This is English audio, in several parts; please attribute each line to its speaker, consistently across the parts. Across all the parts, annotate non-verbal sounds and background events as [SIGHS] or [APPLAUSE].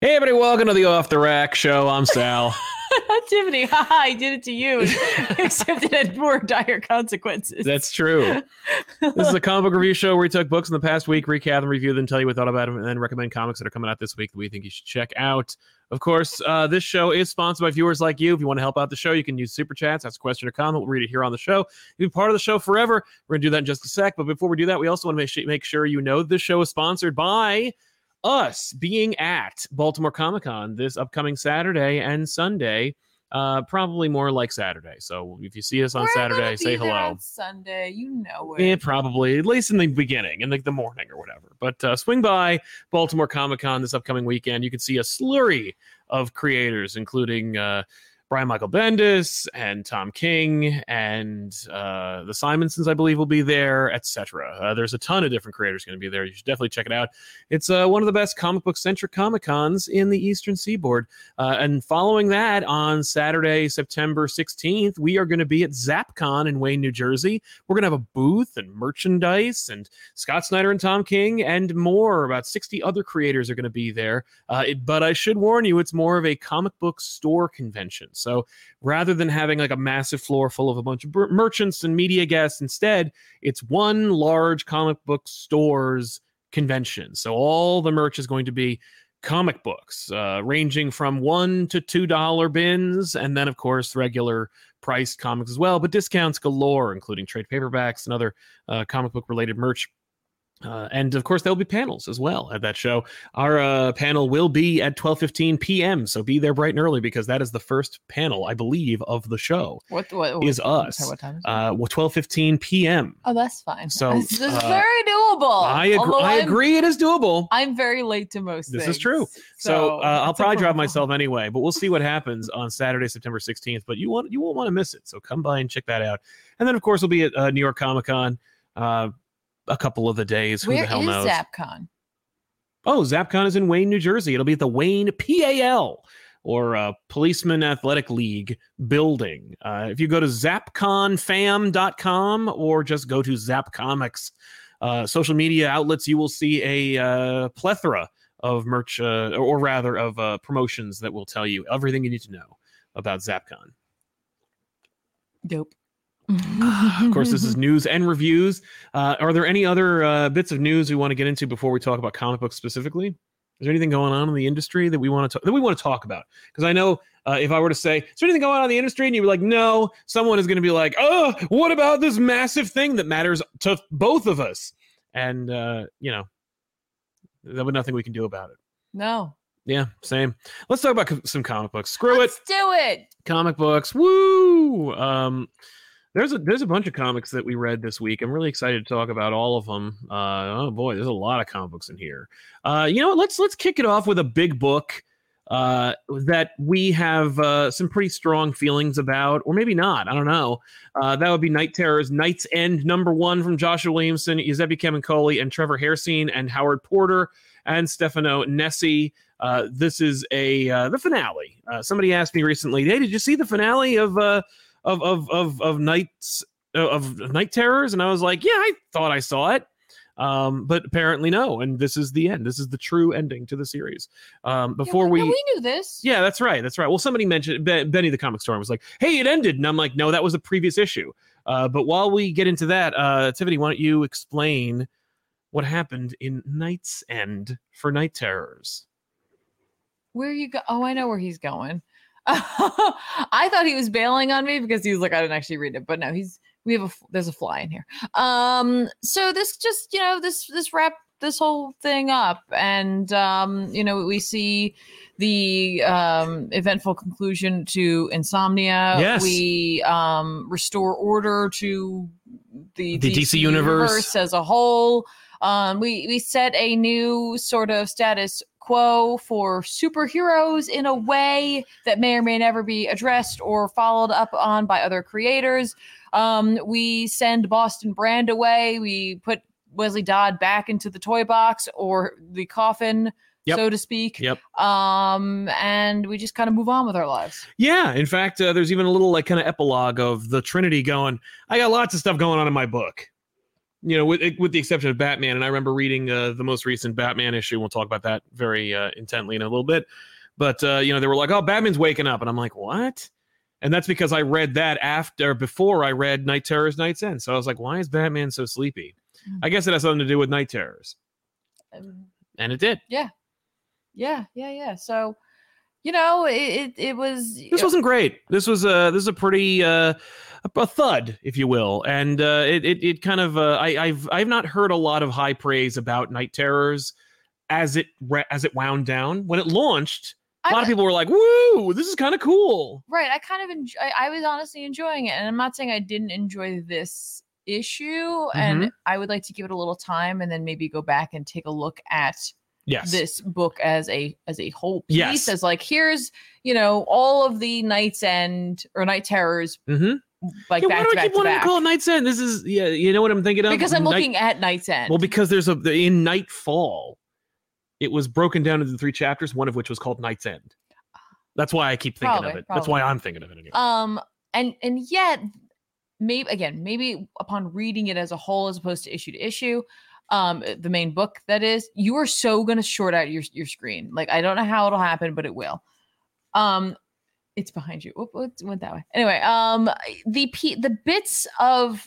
Speaker 1: Hey everybody, welcome to the Off the Rack Show. I'm Sal.
Speaker 2: Tiffany, [LAUGHS] haha, I did it
Speaker 1: [LAUGHS]
Speaker 2: to you, except it had more dire consequences.
Speaker 1: That's true. This is
Speaker 2: [LAUGHS]
Speaker 1: a comic book review show where we took books in the past week, recap them, review them, tell you what we thought about them, and then recommend comics that are coming out this week that we think you should check out. Of course, uh, this show is sponsored by viewers like you. If you want to help out the show, you can use super chats, ask a question or comment. We'll read it here on the show. You'll be part of the show forever. We're going to do that in just a sec. But before we do that, we also want to make, su- make sure you know this show is sponsored by us being at Baltimore Comic Con this upcoming Saturday and Sunday. Uh, probably more like Saturday. So if you see us on
Speaker 2: We're gonna
Speaker 1: Saturday,
Speaker 2: be
Speaker 1: say
Speaker 2: there
Speaker 1: hello.
Speaker 2: on Sunday, you know it.
Speaker 1: Yeah, Eh, probably at least in the beginning, in like the morning or whatever. But uh, swing by Baltimore Comic Con this upcoming weekend. You can see a slurry of creators, including uh, Brian Michael Bendis and Tom King and uh, the Simonsons, I believe, will be there, etc. Uh, there's a ton of different creators going to be there. You should definitely check it out. It's uh, one of the best comic book centric Comic Cons in the Eastern Seaboard. Uh, and following that, on Saturday, September 16th, we are going to be at ZapCon in Wayne, New Jersey. We're going to have a booth and merchandise, and Scott Snyder and Tom King and more. About 60 other creators are going to be there. Uh, it- but I should warn you, it's more of a comic book store convention. So rather than having like a massive floor full of a bunch of br- merchants and media guests, instead, it's one large comic book store's convention. So all the merch is going to be comic books uh, ranging from one to two dollar bins and then of course regular priced comics as well but discounts galore including trade paperbacks and other uh, comic book related merch uh, and of course there'll be panels as well at that show our uh, panel will be at 12.15 p.m so be there bright and early because that is the first panel i believe of the show
Speaker 2: what, what, what
Speaker 1: is
Speaker 2: I'm
Speaker 1: us.
Speaker 2: sorry, what time is it?
Speaker 1: uh, well, 12.15 p.m
Speaker 2: oh, that's fine.
Speaker 1: so,
Speaker 2: [LAUGHS] this is
Speaker 1: uh,
Speaker 2: very doable.
Speaker 1: I, agree.
Speaker 2: Oh, although
Speaker 1: I
Speaker 2: I'm-
Speaker 1: agree it is doable
Speaker 2: I'm very late to most.
Speaker 1: This is
Speaker 2: things,
Speaker 1: true. So uh, I'll
Speaker 2: it's a
Speaker 1: probably drive
Speaker 2: problem.
Speaker 1: myself anyway, but we'll see what happens on Saturday, September 16th. But you want you won't want to miss it. So come by and check that out. And then of course we'll be at uh, New York Comic Con uh, a couple of the days. Who
Speaker 2: Where
Speaker 1: the hell
Speaker 2: is
Speaker 1: knows?
Speaker 2: ZapCon?
Speaker 1: Oh, ZapCon is in Wayne, New Jersey. It'll be at the Wayne PAL or uh, Policeman Athletic League building. Uh, if you go to zapconfam.com or just go to zapcomics uh, social media outlets, you will see a uh, plethora of merch, uh, or rather of uh, promotions that will tell you everything you need to know about ZapCon.
Speaker 2: Dope.
Speaker 1: [SIGHS] Of course, this is news and reviews. Uh, are there any other uh, bits of news we want to get into before we talk about comic books specifically? Is there anything going on in the industry that we want to that we want to talk about? Because I know uh, if I were to say, "Is there anything going on in the industry?" and you'd be like, "No," someone is going to be like, "Oh, what about this massive thing that matters to both of us?" And uh, you know, there was nothing we can do about it.
Speaker 2: [LAUGHS] no.
Speaker 1: Yeah, same. Let's talk about co- some comic books. Screw it
Speaker 2: Let's do it.
Speaker 1: comic books. Woo! Um, there's a there's a bunch of comics that we read this week. I'm really excited to talk about all of them. Uh, oh boy, there's a lot of comic books in here. Uh, you know, what? let's let's kick it off with a big book uh, that we have uh, some pretty strong feelings about, or maybe not. I don't know. Uh, that would be Night Terrors, Night's End, number one from Joshua Williamson, Giuseppe Camincoli, and Trevor Hairsine, and Howard Porter, and Stefano Nessi. Uh, this is a uh, the finale. Uh, somebody asked me recently, "Hey, did you see the finale of uh, of of of of nights of of night terrors?" And I was like, "Yeah, I thought I saw it." Um, but apparently no, and this is the end. This is the true ending to the series. Um,
Speaker 2: Yeah,
Speaker 1: before
Speaker 2: no,
Speaker 1: we,
Speaker 2: we knew this.
Speaker 1: yeah, that's right. That's right. Well, somebody mentioned ben, Benny the Comic Storm was like, "Hey, it ended," and I'm like, "No, that was a previous issue." Uh, but while we get into that, uh, Tiffany, why don't you explain what happened in Night's End for Night Terrors?
Speaker 2: Where you go? Oh, I know where he's going. [LAUGHS] I thought he was bailing on me because he was like, I didn't actually read it, but no, he's we have a f- there's a fly in here. Um, so this just you know this this wrap this whole thing up, and um, you know we see the um eventful conclusion to insomnia.
Speaker 1: Yes.
Speaker 2: we um restore order to the
Speaker 1: The DC universe.
Speaker 2: as a whole. Um, we we set a new sort of status quo for superheroes in a way that may or may never be addressed or followed up on by other creators. Um, we send Boston Brand away. We put Wesley Dodd back into the toy box or the coffin,
Speaker 1: Yep.
Speaker 2: so to speak.
Speaker 1: Yep.
Speaker 2: Um, and we just kind of move on with our lives.
Speaker 1: Yeah, in fact, uh, there's even a little like kind of epilogue of the Trinity going, "I got lots of stuff going on in my book." you know, with eh, with the exception of Batman, and I remember reading uh, the most recent Batman issue. We'll talk about that very uh, intently in a little bit. But uh, you know, they were like, "Oh, Batman's waking up," and I'm like, "What?" And that's because I read that after before I read Night Terrors, Night's End. So I was like, "Why is Batman so sleepy?"
Speaker 2: Mm.
Speaker 1: I guess it has something to do with Night Terrors,
Speaker 2: Um,
Speaker 1: and it did.
Speaker 2: yeah, yeah, yeah. So, you know, it it, it was.
Speaker 1: This wasn't great. This was a this is a pretty uh, a thud, if you will, and uh, it, it it kind of uh, I, I've I've not heard a lot of high praise about Night Terrors as it re- as it wound down when it launched. A lot
Speaker 2: I,
Speaker 1: of people were like, "Woo, this is kind of cool."
Speaker 2: right. I kind of enjoy. I, I was honestly enjoying it, and I'm not saying I didn't enjoy this issue.
Speaker 1: Mm-hmm.
Speaker 2: And I would like to give it a little time, and then maybe go back and take a look at
Speaker 1: Yes,
Speaker 2: this book as a as a whole piece.
Speaker 1: Yes.
Speaker 2: As like, here's you know all of the Night's End or Night Terrors,
Speaker 1: hmm
Speaker 2: like
Speaker 1: yeah, why do
Speaker 2: back to
Speaker 1: I
Speaker 2: back
Speaker 1: keep
Speaker 2: to
Speaker 1: wanting
Speaker 2: back.
Speaker 1: to call it Night's End? This is yeah, you know what I'm thinking of
Speaker 2: because I'm
Speaker 1: Night-
Speaker 2: looking at Night's End.
Speaker 1: well, because there's a the- in Nightfall, it was broken down into three chapters, one of which was called Night's End. That's why I keep thinking of
Speaker 2: Ah. Probably,
Speaker 1: it. That's why I'm thinking of it anyway.
Speaker 2: um and and yet maybe again maybe upon reading it as a whole as opposed to issue to issue um uh, the main book that is you are so going to short out your your screen like i don't know how it'll happen but it will um it's behind you Oop, it went that way anyway um I- the p the bits of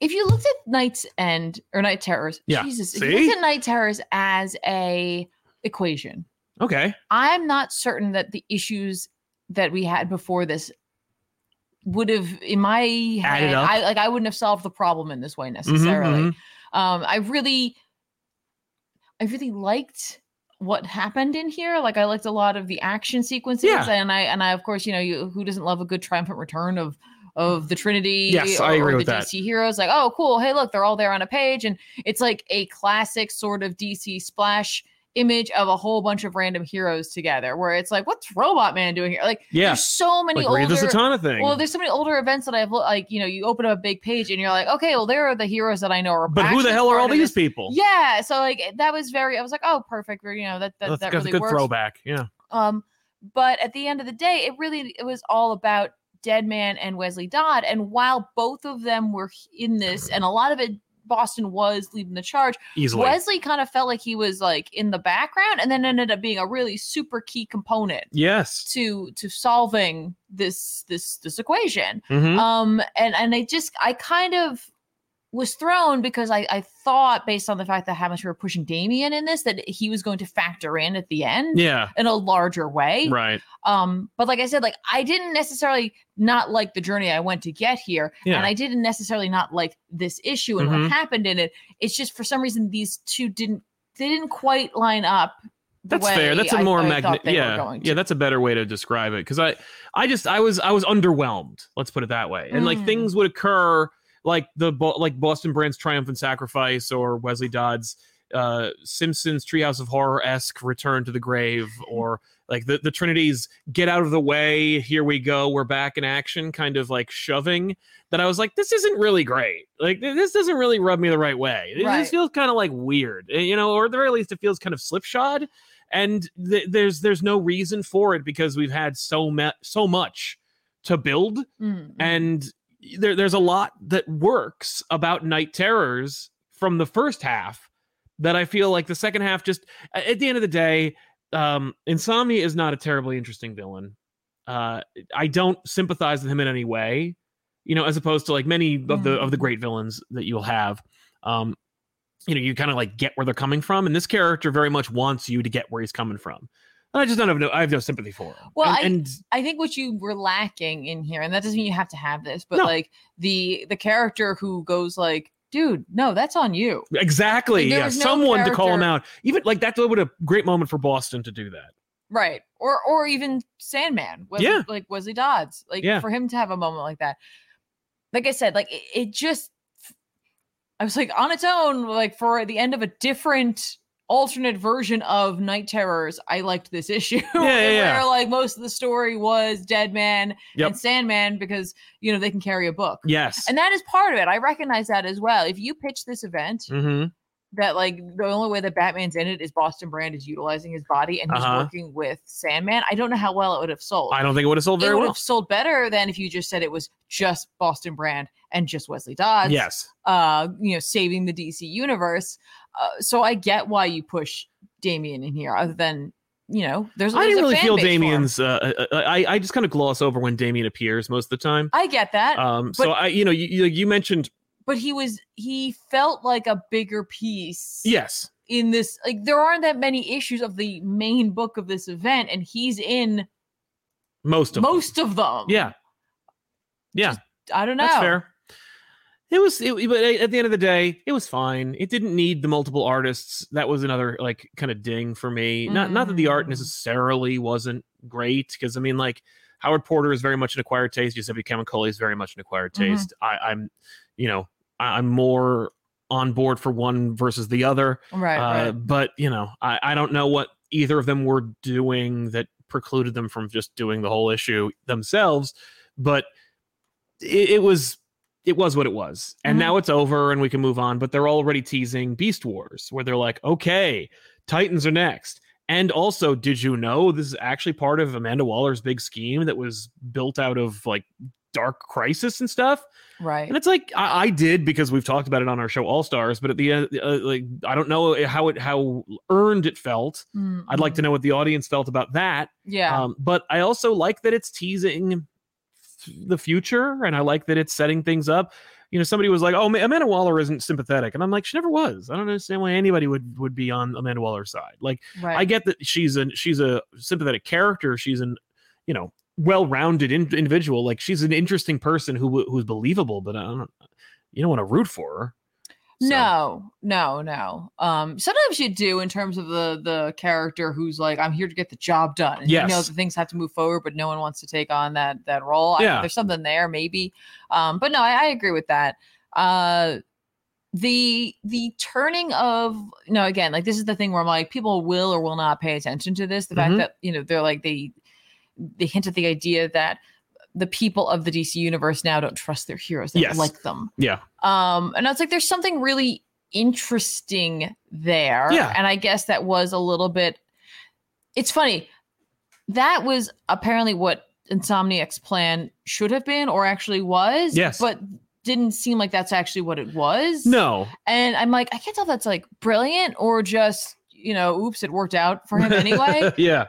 Speaker 2: if you looked at Night's End or Night Terrors,
Speaker 1: Yeah,
Speaker 2: Jesus, if you
Speaker 1: see?
Speaker 2: looked at Night Terrors as a equation,
Speaker 1: okay,
Speaker 2: I'm not certain that the issues that we had before this would have in my
Speaker 1: Added
Speaker 2: head,
Speaker 1: up.
Speaker 2: I like I wouldn't have solved the problem in this way
Speaker 1: Mhm,
Speaker 2: necessarily.
Speaker 1: mhm.
Speaker 2: Um I really I really liked what happened in here. Like I liked a lot of the action sequences
Speaker 1: Yeah.
Speaker 2: and I and I of course, you know, you who doesn't love a good triumphant return of of the Trinity
Speaker 1: Yes, I agree
Speaker 2: the
Speaker 1: with that.
Speaker 2: DC heroes like, "Oh, cool. Hey, look, they're all there on a page." And it's like a classic sort of DC splash image of a whole bunch of random heroes together where it's like what's robot man doing here like
Speaker 1: Yeah,
Speaker 2: there's so many
Speaker 1: like Rita
Speaker 2: older
Speaker 1: Satana thing.
Speaker 2: well there's so many older events that i've lo- like you know you open up a big page and you're like okay well there are the heroes that i know are
Speaker 1: but who the
Speaker 2: actually
Speaker 1: hell are
Speaker 2: part
Speaker 1: all
Speaker 2: of
Speaker 1: these
Speaker 2: this.
Speaker 1: people?
Speaker 2: yeah so like that was very i was like oh perfect you know that that,
Speaker 1: that's,
Speaker 2: that
Speaker 1: that's
Speaker 2: really
Speaker 1: a good
Speaker 2: works
Speaker 1: throwback. Yeah,
Speaker 2: um, but at the end of the day, it really it was all about Deadman and Wesley Dodd. And while both of them were in this, and a lot of it, Boston was leading the charge.
Speaker 1: easily.
Speaker 2: Wesley kind of felt like he was like in the background, and then ended up being a really super key component
Speaker 1: yes.
Speaker 2: to to solving this this this equation
Speaker 1: Mhm.
Speaker 2: um and and i just i kind of was thrown because I, I thought based on the fact that how much we were pushing Damien in this that he was going to factor in at the end
Speaker 1: yeah.
Speaker 2: in a larger way.
Speaker 1: Right.
Speaker 2: Um, but like I said, like I didn't necessarily not like the journey I went to get here,
Speaker 1: Yeah.
Speaker 2: and I didn't necessarily not like this issue and
Speaker 1: Mhm.
Speaker 2: what happened in it. It's just for some reason these two didn't they didn't quite line up. the
Speaker 1: That's fair.
Speaker 2: way
Speaker 1: That's a
Speaker 2: I-
Speaker 1: more
Speaker 2: I
Speaker 1: magnet.
Speaker 2: thought they were
Speaker 1: Yeah,
Speaker 2: going
Speaker 1: yeah.
Speaker 2: to.
Speaker 1: That's a better way to describe it because I, I just I was I was underwhelmed. Let's put it that way. And like
Speaker 2: Mm.
Speaker 1: things would occur like the Bo- like Boston Brand's triumphant sacrifice or Wesley Dodd's uh Simpsons Treehouse of Horror esque return to the grave or like the the Trinity's get out of the way here we go we're back in action kind of like shoving that I was like this isn't really great like th- this doesn't really rub me the right way it
Speaker 2: Right.
Speaker 1: just feels kind of like weird eh, you know or at the very least it feels kind of slipshod and th- there's there's no reason for it because we've had so ma- so much to build
Speaker 2: Mm, mm.
Speaker 1: and there, there's a lot that works about night terrors from the first half that i feel like the second half just a- at the end of the day um insomnia is not a terribly interesting villain uh i don't sympathize with him in any way you know as opposed to like many of the of the
Speaker 2: Mhm.
Speaker 1: great villains that you'll have um you know you kind of like get where they're coming from and this character very much wants you to get where he's coming from and i just don't have no i have no sympathy for him
Speaker 2: Well,
Speaker 1: and,
Speaker 2: I-
Speaker 1: and
Speaker 2: I think what you were lacking in here, and that doesn't mean you have to have this, but
Speaker 1: No.
Speaker 2: like the the character who goes like, dude, no, that's on you.
Speaker 1: Exactly.
Speaker 2: Like, there
Speaker 1: yeah.
Speaker 2: was no
Speaker 1: Someone to call him
Speaker 2: character-
Speaker 1: out. Even like that would a great moment for Boston to do that.
Speaker 2: Right. Or or even Sandman. Wesley,
Speaker 1: Yeah.
Speaker 2: Like Wesley Dodds. Like
Speaker 1: Yeah.
Speaker 2: for him to have a moment like that. Like I said, like it, it just I was like on its own, like for the end of a different alternate version of Night Terrors, I liked this [LAUGHS] issue.
Speaker 1: yeah, yeah.
Speaker 2: Where like most of the story was Dead Man
Speaker 1: Yep.
Speaker 2: and Sandman because you know they can carry a book.
Speaker 1: Yes.
Speaker 2: And that is part of it. I recognize that as well. If you pitch this event
Speaker 1: hmm
Speaker 2: that like the only way that Batman's in it is Boston Brand is utilizing his body and he's
Speaker 1: Uh-huh.
Speaker 2: working with Sandman, I don't know how well it would have sold.
Speaker 1: I don't think it would have sold
Speaker 2: it
Speaker 1: very
Speaker 2: would
Speaker 1: well.
Speaker 2: have sold better than if you just said it was just Boston Brand and just Wesley Dodds.
Speaker 1: yes.
Speaker 2: Uh, you know, saving the DC universe. Uh, so I get why you push Damien in here, other than you know, there's.
Speaker 1: I
Speaker 2: there's
Speaker 1: didn't
Speaker 2: a
Speaker 1: really
Speaker 2: fan
Speaker 1: feel
Speaker 2: base for him.
Speaker 1: Damien's. Uh, I, I- I just kind of gloss over when Damien appears most of the time.
Speaker 2: I get that,
Speaker 1: Um, so
Speaker 2: but-
Speaker 1: I, you know, you, you- you mentioned
Speaker 2: but he was he felt like a bigger piece.
Speaker 1: yes,
Speaker 2: in this like there aren't that many issues of the main book of this event and he's in
Speaker 1: most of them.
Speaker 2: most of them
Speaker 1: Yeah, yeah,
Speaker 2: i don't know
Speaker 1: that's fair. It was, it, but at the end of the day, it was fine. It didn't need the multiple artists. That was another like kind of ding for me. Not not that the art
Speaker 2: Mm.
Speaker 1: necessarily wasn't great, because I mean, like Howard Porter is very much an acquired taste. Giuseppe Camicoli is very much an acquired
Speaker 2: Mhm.
Speaker 1: taste. I, I'm, you know, I, I'm more on board for one versus the other.
Speaker 2: right,
Speaker 1: uh,
Speaker 2: right.
Speaker 1: but you know I, I don't know what either of them were doing that precluded them from just doing the whole issue themselves but it, it was it was what it was and
Speaker 2: Mhm.
Speaker 1: now it's over and we can move on but they're already teasing beast wars where they're like okay titans are next and also did you know this is actually part of amanda waller's big scheme that was built out of like dark crisis and stuff
Speaker 2: right
Speaker 1: and it's like I, I did because we've talked about it on our show All Stars, but at the end, uh, like I don't know how it how earned it felt. I'd like to know what the audience felt about that.
Speaker 2: Mm, Mm-hmm. yeah
Speaker 1: Um, but I also like that it's teasing the future, and I like that it's setting things up. You know, somebody was like, "Oh, Ma- Amanda Waller isn't sympathetic," and I'm like, "She never was. I don't understand why anybody would would be on Amanda Waller's side." Like,
Speaker 2: right
Speaker 1: I get that she's an she's a sympathetic character. She's an you know well-rounded in, individual. Like she's an interesting person who who's believable, but I don't you don't want to root for her. So,
Speaker 2: no no no um sometimes you do in terms of the the character who's like i'm here to get the job done and you know
Speaker 1: Yes.
Speaker 2: that things have to move forward but no one wants to take on that that role I,
Speaker 1: Yeah.
Speaker 2: there's something there maybe um but no I, I agree with that uh the the turning of you know again like this is the thing where i'm like people will or will not pay attention to this the
Speaker 1: Mhm.
Speaker 2: fact that you know they're like they they hint at the idea that the people of the dc universe now don't trust their heroes they don't
Speaker 1: Yes.
Speaker 2: like them
Speaker 1: Yeah.
Speaker 2: um and i was like there's something really interesting there
Speaker 1: Yeah.
Speaker 2: and i guess that was a little bit it's funny that was apparently what insomniac's plan should have been or actually was
Speaker 1: Yes.
Speaker 2: but didn't seem like that's actually what it was
Speaker 1: No.
Speaker 2: and i'm like i can't tell if that's like brilliant or just you know oops it worked out for
Speaker 1: [LAUGHS]
Speaker 2: him anyway
Speaker 1: yeah.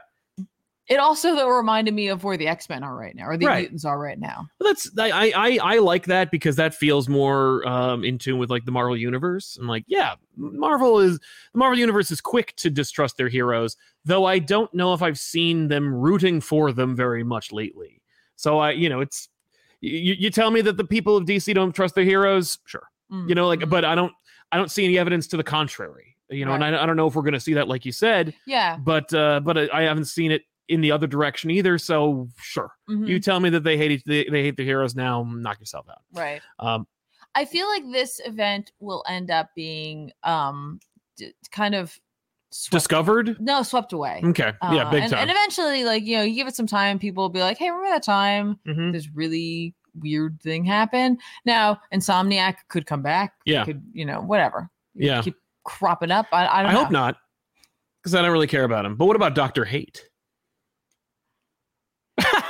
Speaker 2: it also though reminded me of where the x-men are right now or the
Speaker 1: Right.
Speaker 2: mutants are right now
Speaker 1: Well, that's I, I I I like that because that feels more um in tune with like the Marvel universe. I'm like, yeah, Marvel is the Marvel universe is quick to distrust their heroes, though I don't know if I've seen them rooting for them very much lately. So I, you know, it's you, you tell me that the people of DC don't trust their heroes, sure. You know, like
Speaker 2: Mhm.
Speaker 1: but I don't I don't see any evidence to the contrary. You know,
Speaker 2: Right.
Speaker 1: and I, I don't know if we're going to see that like you said,
Speaker 2: yeah
Speaker 1: but uh but I, I haven't seen it in the other direction either, so sure.
Speaker 2: mhm,
Speaker 1: You tell me that they hate they, they hate the heroes now. Knock yourself out.
Speaker 2: right
Speaker 1: Um,
Speaker 2: I feel like this event will end up being um d- kind of swept,
Speaker 1: discovered.
Speaker 2: no swept away.
Speaker 1: Okay, Mm, yeah,
Speaker 2: Uh,
Speaker 1: big
Speaker 2: and,
Speaker 1: time.
Speaker 2: And eventually, like you know, you give it some time, people will be like, "Hey, remember that time
Speaker 1: Mhm.
Speaker 2: this really weird thing happened?" Now, Insomniac could come back. they
Speaker 1: Yeah.
Speaker 2: could you know whatever. They
Speaker 1: Yeah.
Speaker 2: keep cropping up. I, I
Speaker 1: I,
Speaker 2: don't know.
Speaker 1: hope not, because I don't really care about him. But what about Doctor Hate? [LAUGHS]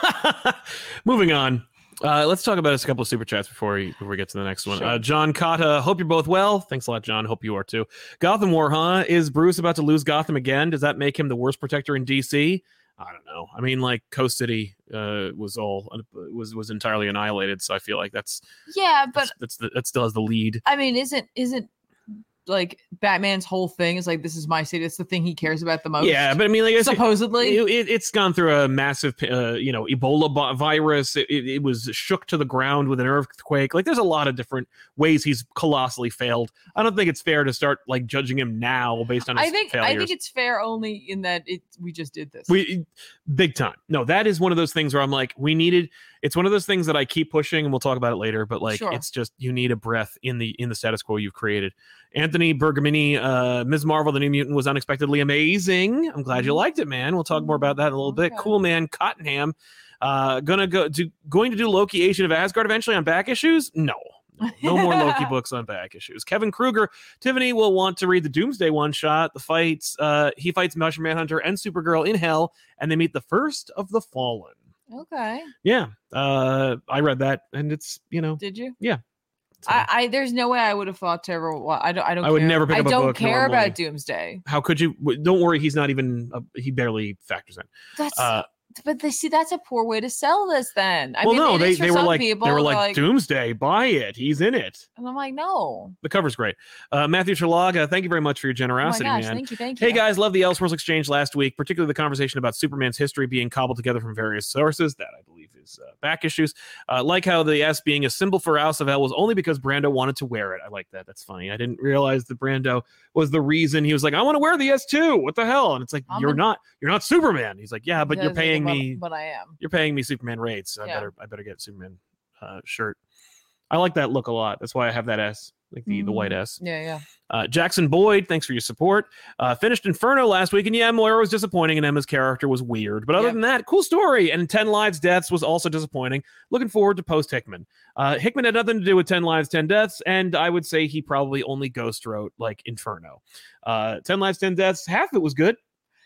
Speaker 1: Moving on. Uh, let's talk about just a couple of super chats before we, before we get to the next one.
Speaker 2: Sure.
Speaker 1: Uh, John Cotta, hope you're both well. Thanks a lot, John. Hope you are too. Gotham War, huh? Is Bruce about to lose Gotham again? Does that make him the worst protector in DC? I don't know. I mean, like Coast City uh, was all was was entirely annihilated, so I feel like that's
Speaker 2: Yeah, but
Speaker 1: that's, that's the, that still has the lead.
Speaker 2: I mean, isn't isn't like Batman's whole thing is like this is my city. It's the thing he cares about the most.
Speaker 1: Yeah, but I mean, like I said,
Speaker 2: supposedly.
Speaker 1: it, it, it's gone through a massive, uh, you know, Ebola bo- virus. It, it, it was shook to the ground with an earthquake. Like, there's a lot of different ways he's colossally failed. I don't think it's fair to start like judging him now based on his
Speaker 2: I think
Speaker 1: failures.
Speaker 2: I think it's fair only in that it we just did this.
Speaker 1: we big time. No, that is one of those things where I'm like, we needed. It's one of those things that I keep pushing, and we'll talk about it later. But like,
Speaker 2: Sure.
Speaker 1: it's just you need a breath in the in the status quo you've created. Anthony Bergamini, uh, Ms. Marvel, the New Mutant was unexpectedly amazing. I'm glad you liked it, man. We'll talk more about that in a little bit.
Speaker 2: Mm-hmm. Okay.
Speaker 1: Cool, man. Cottonham, uh, gonna go do going to do Loki, Agent of Asgard eventually on back issues. No. No more
Speaker 2: [LAUGHS]
Speaker 1: Loki books on back issues. Kevin Kruger, Tiffany will want to read the Doomsday one shot. The fights, uh, he fights Mushroom Manhunter and Supergirl in Hell, and they meet the first of the Fallen.
Speaker 2: okay.
Speaker 1: Yeah, uh, I read that, and it's you know
Speaker 2: Did you? I, I there's no way I would have thought to ever. wa- I don't. I don't.
Speaker 1: I would
Speaker 2: care.
Speaker 1: never pick
Speaker 2: I
Speaker 1: up a
Speaker 2: don't
Speaker 1: book
Speaker 2: care
Speaker 1: normally.
Speaker 2: about Doomsday.
Speaker 1: How could you? w- Don't worry, he's not even. Uh, he barely factors in.
Speaker 2: That's.
Speaker 1: Uh,
Speaker 2: but they see that's a poor way to sell this. Then I
Speaker 1: well,
Speaker 2: mean,
Speaker 1: no,
Speaker 2: it
Speaker 1: they,
Speaker 2: is for
Speaker 1: they were
Speaker 2: some
Speaker 1: like
Speaker 2: people,
Speaker 1: they were
Speaker 2: they're
Speaker 1: like, Doomsday, buy it. He's in it.
Speaker 2: and I'm like, no.
Speaker 1: The cover's great. Uh, Matthew Terlaga, thank you very much for your
Speaker 2: Oh my
Speaker 1: generosity,
Speaker 2: gosh!
Speaker 1: man.
Speaker 2: Thank you. Thank you.
Speaker 1: Hey guys, love the Elseworlds exchange last week, particularly the conversation about Superman's history being cobbled together from various sources. That I believe is uh, back issues. Uh, like how the S being a symbol for House of L was only because Brando wanted to wear it. I like that. That's funny. I didn't realize that Brando was the reason he was like, I want to wear the S too. What the hell? And it's like
Speaker 2: I'm
Speaker 1: you're
Speaker 2: an-
Speaker 1: not you're not Superman. He's like, yeah, but
Speaker 2: That
Speaker 1: you're
Speaker 2: is like,
Speaker 1: paying
Speaker 2: but-
Speaker 1: me
Speaker 2: But I am.
Speaker 1: you're paying me Superman rates. So I
Speaker 2: Yeah.
Speaker 1: better I better get Superman uh, shirt. I like that look a lot. That's why I have that S, like the the white S.
Speaker 2: Yeah, yeah.
Speaker 1: Uh, Jackson Boyd, thanks for your support. Uh, finished Inferno last week, and yeah, Moira was disappointing, and Emma's character was weird. But other
Speaker 2: Yep.
Speaker 1: than that, cool story. And Ten Lives Deaths was also disappointing. Looking forward to post Hickman. Uh, Hickman had nothing to do with Ten Lives, Ten Deaths, and I would say he probably only ghost wrote like Inferno. Uh, Ten Lives, Ten Deaths. Half of it was good.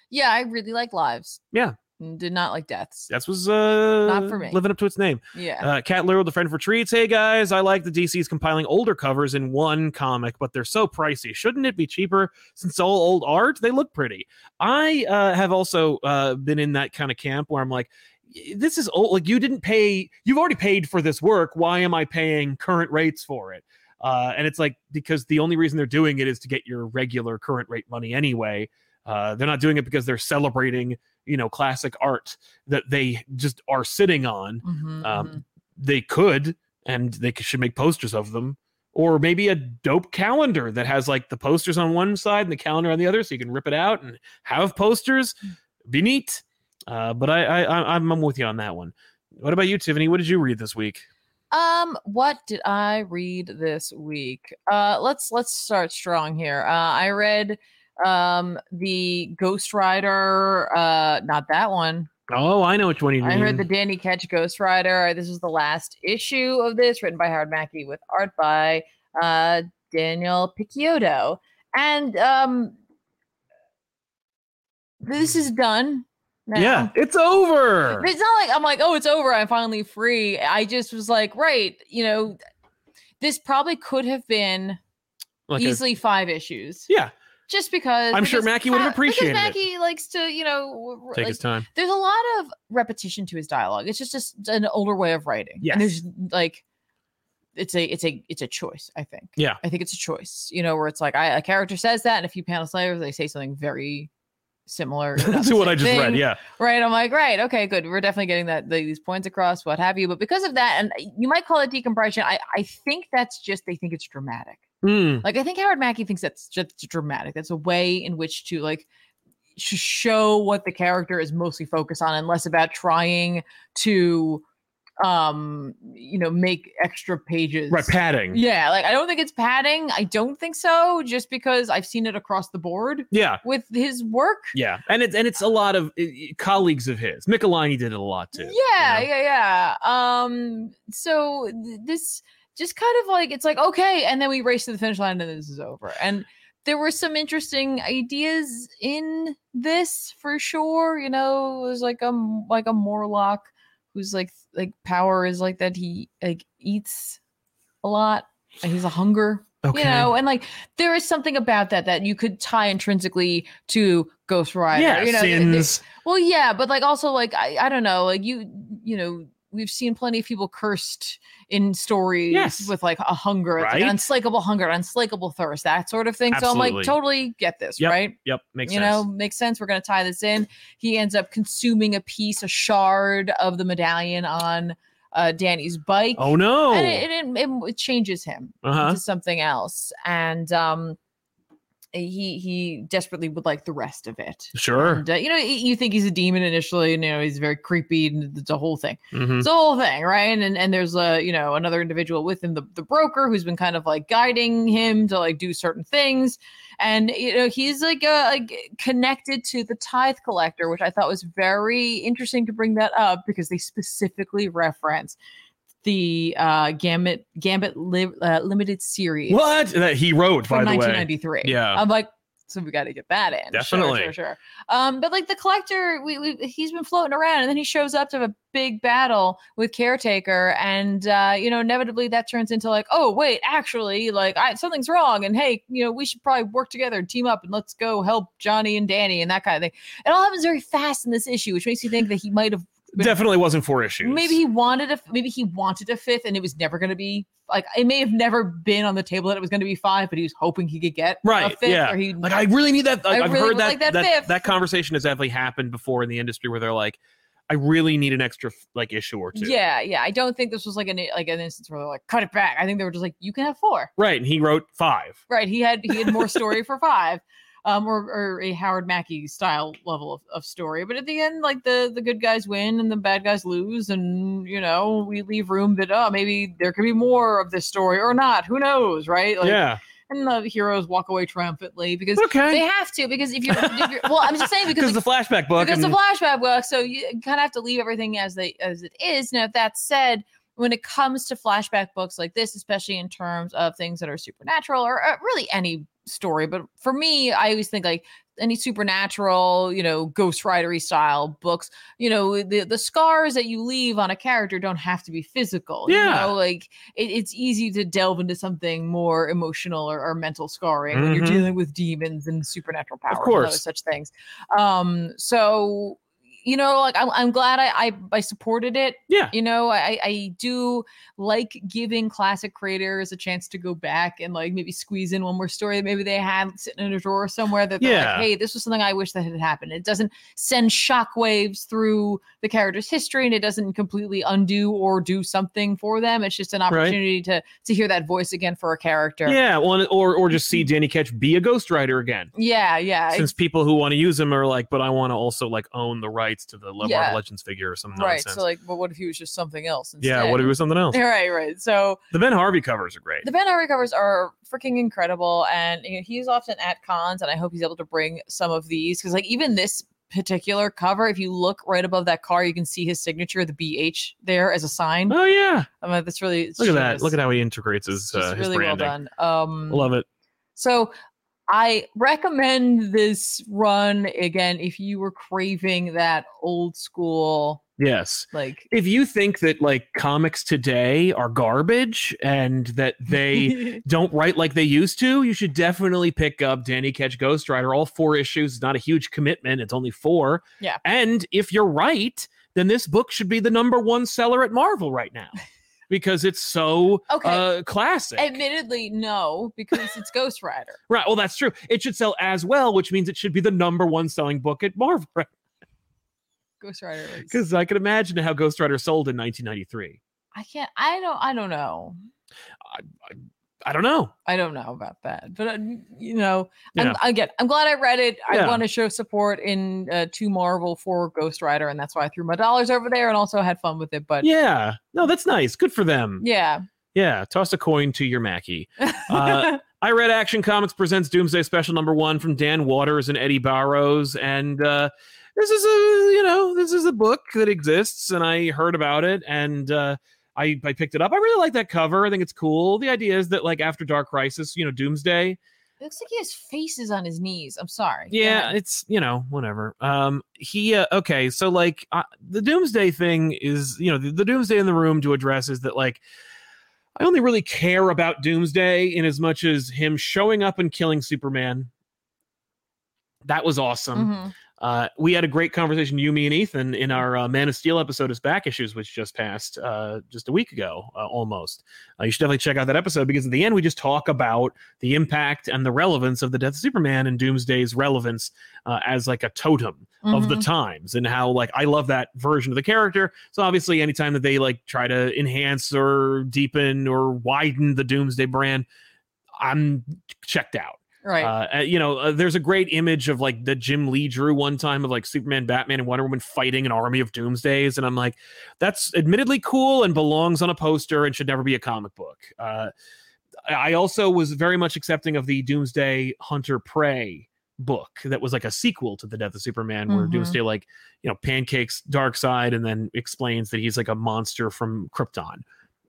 Speaker 2: Yeah, I really like lives.
Speaker 1: Yeah.
Speaker 2: And Did not like deaths.
Speaker 1: That was uh,
Speaker 2: Not for me.
Speaker 1: living up to its name.
Speaker 2: Yeah.
Speaker 1: Uh, Cat Lure, the friend for treats. Hey guys, I like the DC's compiling older covers in one comic, but they're so pricey. Shouldn't it be cheaper? Since it's all old art, they look pretty. I uh, have also uh, been in that kind of camp where I'm like, "Y- this is old. Like you didn't pay. You've already paid for this work. Why am I paying current rates for it? Uh, and it's like because the only reason they're doing it is to get your regular current rate money anyway. Uh, they're not doing it because they're celebrating, you know, classic art that they just are sitting on
Speaker 2: Mhm,
Speaker 1: um,
Speaker 2: mhm.
Speaker 1: they could and they c- should make posters of them or maybe a dope calendar that has like the posters on one side and the calendar on the other so you can rip it out and have posters be neat uh, but I, I I- i'm I'm with you on that one what about you tiffany what did you read this week
Speaker 2: Um, what did I read this week? Uh, let's let's start strong here. Uh, I read um the Ghost Rider. Uh, not that one.
Speaker 1: oh i know which one you
Speaker 2: I
Speaker 1: mean
Speaker 2: heard the Danny Ketch Ghost Rider. This was the last issue of this, written by Howard Mackey with art by uh, Daniel Picciotto. And um, this is done. now.
Speaker 1: Hmm. yeah it's over
Speaker 2: But it's not like I'm like, oh, it's over. I'm finally free. I just was like, right, you know, th- this probably could have been
Speaker 1: like a-
Speaker 2: easily five issues.
Speaker 1: yeah
Speaker 2: Just because
Speaker 1: I'm sure
Speaker 2: because
Speaker 1: Mackie would have
Speaker 2: How-
Speaker 1: appreciated it.
Speaker 2: because Mackie likes to, you know, w- w-
Speaker 1: take
Speaker 2: like,
Speaker 1: his time
Speaker 2: there's a lot of repetition to his dialogue. It's just just an older way of writing.
Speaker 1: Yes.
Speaker 2: And there's like it's a it's a it's a choice, I think. [LAUGHS]
Speaker 1: Yeah. [LAUGHS]
Speaker 2: I think it's a choice, you know, where it's like I, a character says that and a few panels later they say something very similar if
Speaker 1: [LAUGHS]
Speaker 2: not
Speaker 1: to
Speaker 2: the
Speaker 1: what i
Speaker 2: same
Speaker 1: just
Speaker 2: thing
Speaker 1: read yeah
Speaker 2: right i'm like right okay good we're definitely getting that the, these points across what have you but because of that and uh, you might call it decompression i i think that's just they think it's dramatic
Speaker 1: Mm,
Speaker 2: like i think howard mackey thinks that's just dramatic that's a way in which to like to show what the character is mostly focused on and less about trying to um you know make extra pages
Speaker 1: right padding
Speaker 2: yeah like i don't think it's padding i don't think so just because i've seen it across the board
Speaker 1: yeah
Speaker 2: with his work
Speaker 1: Yeah, and it's and it's a lot of uh, colleagues of his. Michelini did it a lot too. you
Speaker 2: Yeah,
Speaker 1: know?
Speaker 2: yeah, yeah. Um, so th- this just kind of like it's like okay, and then we race to the finish line, and this is over. And there were some interesting ideas in this for sure. You know, it was like a m- like a Morlock who's like like power is like that he like eats a lot. and He's a hunger
Speaker 1: Okay.
Speaker 2: you know and like there is something about that that you could tie intrinsically to ghost rider
Speaker 1: yeah,
Speaker 2: you know th- th-
Speaker 1: sins.
Speaker 2: well, yeah, but like also like I, I don't know, like you you know, we've seen plenty of people cursed in stories
Speaker 1: Yes.
Speaker 2: with like a hunger, like an
Speaker 1: Right?
Speaker 2: unslakable hunger, an unslakable thirst, that sort of thing. So I'm
Speaker 1: Absolutely.
Speaker 2: like totally get this,
Speaker 1: Yep,
Speaker 2: right?
Speaker 1: Yep, makes
Speaker 2: you
Speaker 1: sense.
Speaker 2: know, makes sense. We're gonna tie this in. He ends up consuming a piece, a shard of the medallion on uh Danny's bike.
Speaker 1: oh no.
Speaker 2: And it, it, it, it changes him
Speaker 1: uh huh.
Speaker 2: to something else. And um he he desperately would like the rest of it.
Speaker 1: Sure.
Speaker 2: And, uh, you know, y- you think he's a demon initially, and you know he's very creepy, and th- the whole thing,
Speaker 1: Mhm.
Speaker 2: it's the whole thing, right? And and there's a you know another individual with him, the, the broker, who's been kind of like guiding him to like do certain things, and you know he's like uh, like connected to the tithe collector, which I thought was very interesting to bring that up because they specifically reference the uh, Gambit Gambit li- uh, limited series
Speaker 1: What that he wrote, by
Speaker 2: from
Speaker 1: the way.
Speaker 2: 1993.
Speaker 1: Yeah.
Speaker 2: I'm like, so we got to get that in. Sure,
Speaker 1: Definitely.
Speaker 2: sure, sure. Um, but like the collector, we, we he's been floating around, and then he shows up to have a big battle with caretaker, and uh, you know, inevitably that turns into like, oh wait, actually, like I, something's wrong, and hey, you know, we should probably work together and team up, and let's go help Johnny and Danny and that kind of thing. It all happens very fast in this issue, which makes you think that he might have But-
Speaker 1: Definitely wasn't four issues.
Speaker 2: Maybe he wanted a maybe he wanted a fifth, and it was never going to be like it may have never been on the table that it was going to be five, but he was hoping he could get a
Speaker 1: Right,
Speaker 2: fifth.
Speaker 1: yeah.
Speaker 2: Or he
Speaker 1: like I really need that.
Speaker 2: I
Speaker 1: Like, I have
Speaker 2: really
Speaker 1: heard
Speaker 2: would
Speaker 1: that
Speaker 2: like that
Speaker 1: that, that,
Speaker 2: fifth.
Speaker 1: conversation has definitely happened before in the industry where they're like, I really need an extra like issue or two.
Speaker 2: yeah, yeah. I don't think this was like an like an instance where they're like cut it back. I think they were just like you can have four.
Speaker 1: Right. And he wrote five.
Speaker 2: Right? He had he had more story for five. [LAUGHS] Um, or, or a Howard Mackey style level of, of story, but at the end, like the the good guys win and the bad guys lose, and you know we leave room that oh maybe there could be more of this story or not. Who knows, right? Like,
Speaker 1: yeah.
Speaker 2: and the heroes walk away triumphantly because they [LAUGHS]
Speaker 1: Okay.
Speaker 2: have to because if you're, if you're well, I'm just saying because
Speaker 1: Because the flashback book.
Speaker 2: because
Speaker 1: and-
Speaker 2: the flashback book, so you kind of have to leave everything as they as it is. Now, that said, when it comes to flashback books like this, especially in terms of things that are supernatural or, or really any story, but for me, I always think like any supernatural, you know, ghost ridery style books, you know, the the scars that you leave on a character don't have to be physical.
Speaker 1: Yeah.
Speaker 2: You know, like it, it's easy to delve into something more emotional or, or mental scarring when you're
Speaker 1: Mhm.
Speaker 2: dealing with demons and supernatural powers and other
Speaker 1: course.
Speaker 2: such things. Um, so you know, like I'm, I'm glad I, I I supported it.
Speaker 1: yeah.
Speaker 2: You know, I I do like giving classic creators a chance to go back and like maybe squeeze in one more story that maybe they had sitting in a drawer somewhere that they're
Speaker 1: Yeah.
Speaker 2: like, hey, this was something I wish that had happened. It doesn't send shockwaves through the character's history and it doesn't completely undo or do something for them. It's just an
Speaker 1: Right.
Speaker 2: opportunity to to hear that voice again for a character.
Speaker 1: Yeah. Well, and- or or just see Danny Ketch be a ghostwriter again.
Speaker 2: Yeah, Mm-hmm. yeah.
Speaker 1: Since people who want to use him are like, but I want to also like own the rights to the Le-
Speaker 2: Yeah.
Speaker 1: Marvel Legends figure or some
Speaker 2: right.
Speaker 1: nonsense.
Speaker 2: So like, but what if he was just something else? Instead?
Speaker 1: yeah, what if
Speaker 2: [LAUGHS]
Speaker 1: it was something else?
Speaker 2: Right, right. So
Speaker 1: The Ben Harvey covers are great.
Speaker 2: the Ben Harvey covers are freaking incredible, and you know, he's often at cons, and I hope he's able to bring some of these because, like, even this particular cover, if you look right above that car, you can see his signature, the BH, there as a sign.
Speaker 1: Oh yeah,
Speaker 2: I mean, that's really
Speaker 1: look at that! Look at how he integrates his, uh, his
Speaker 2: really well
Speaker 1: branding.
Speaker 2: done. Um,
Speaker 1: Love it.
Speaker 2: so I recommend this run again if you were craving that old school
Speaker 1: Yes.
Speaker 2: like.
Speaker 1: if you think that like comics today are garbage and that
Speaker 2: [LAUGHS]
Speaker 1: they don't write like they used to, you should definitely pick up Danny Ketch Ghost Rider. All four issues It's not a huge commitment. It's only four.
Speaker 2: Yeah.
Speaker 1: And if you're right, then this book should be the number one seller at Marvel right
Speaker 2: [LAUGHS]
Speaker 1: now because it's so
Speaker 2: Okay.
Speaker 1: uh, classic.
Speaker 2: Admittedly, no, because it's Ghost Rider.
Speaker 1: right. Well, that's true. It should sell as well, which means it should be the number one selling book at Marvel.
Speaker 2: Ghost Rider. is-
Speaker 1: Because I can imagine how Ghost Rider sold in 1993.
Speaker 2: I can't. I don't. I don't know.
Speaker 1: I don't know.
Speaker 2: I don't know about that. But uh, you know,
Speaker 1: Yeah.
Speaker 2: I'm, again, I'm glad I read it. I
Speaker 1: Yeah.
Speaker 2: want to show support in uh, to Marvel for Ghost Rider, and that's why I threw my dollars over there, and also had fun with it. But yeah,
Speaker 1: Yeah. No, that's nice. Good for them. Yeah, toss a coin to your Mackie. [LAUGHS] Uh, I read Action Comics presents Doomsday Special number one from Dan Waters and Eddie Barrows, and uh, this is a you know this is a book that exists, and I heard about it, and uh, I I picked it up. I really like that cover. I think it's cool. The idea is that like after Dark Crisis, you know, Doomsday,
Speaker 2: it [LAUGHS] looks like he has faces on his knees. I'm sorry. Go
Speaker 1: yeah
Speaker 2: ahead.
Speaker 1: it's you know whatever um he uh, okay so like uh, the doomsday thing is you know the, the doomsday in the room to address is that like i only really care about doomsday in as much as him showing up and killing superman that was awesome
Speaker 2: Mhm.
Speaker 1: uh, we had a great conversation, you, me, and Ethan, in our uh, Man of Steel episode of Back Issues, which just passed uh, just a week ago, uh, almost. Uh, you should definitely check out that episode because at the end we just talk about the impact and the relevance of the death of Superman and Doomsday's relevance uh, as like a totem of the
Speaker 2: Mhm.
Speaker 1: times and how like I love that version of the character. So obviously, anytime that they like try to enhance or deepen or widen the Doomsday brand, I'm checked out.
Speaker 2: right.
Speaker 1: Uh, uh, you know, uh, there's a great image of like the Jim Lee drew one time of like Superman, Batman, and Wonder Woman fighting an army of doomsdays. And I'm like, that's admittedly cool and belongs on a poster and should never be a comic book. Uh, I- I also was very much accepting of the Doomsday Hunter Prey book that was like a sequel to the death of superman where
Speaker 2: Mhm.
Speaker 1: doomsday like you know pancakes dark side and then explains that he's like a monster from krypton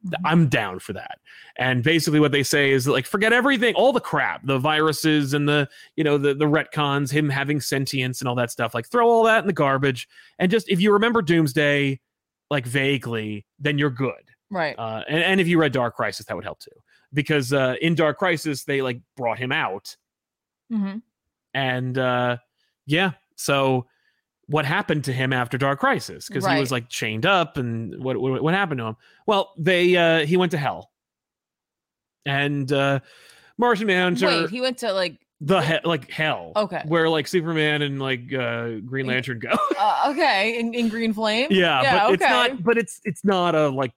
Speaker 2: Mm-hmm.
Speaker 1: I'm down for that. And basically what they say is like forget everything, all the crap, the viruses and the, you know, the the retcons, him having sentience and all that stuff. Like throw all that in the garbage and just if you remember Doomsday like vaguely, then you're good.
Speaker 2: Right.
Speaker 1: Uh, and, and if you read Dark Crisis, that would help too. Because uh, in Dark Crisis, they like brought him out.
Speaker 2: Mhm.
Speaker 1: And uh, yeah, so what happened to him after Dark Crisis? Because he was
Speaker 2: Right.
Speaker 1: like chained up, and what, what what happened to him? Well, they uh, he went to hell. And uh, Martian Manhunter,
Speaker 2: Wait, he went to like
Speaker 1: the he- like hell, [LAUGHS]
Speaker 2: okay,
Speaker 1: where like Superman and like uh, Green
Speaker 2: Yeah.
Speaker 1: Lantern
Speaker 2: [LAUGHS]
Speaker 1: go. [LAUGHS]
Speaker 2: uh, okay, in, in Green Flame.
Speaker 1: yeah,
Speaker 2: yeah,
Speaker 1: but
Speaker 2: okay.
Speaker 1: it's not. But it's it's not a like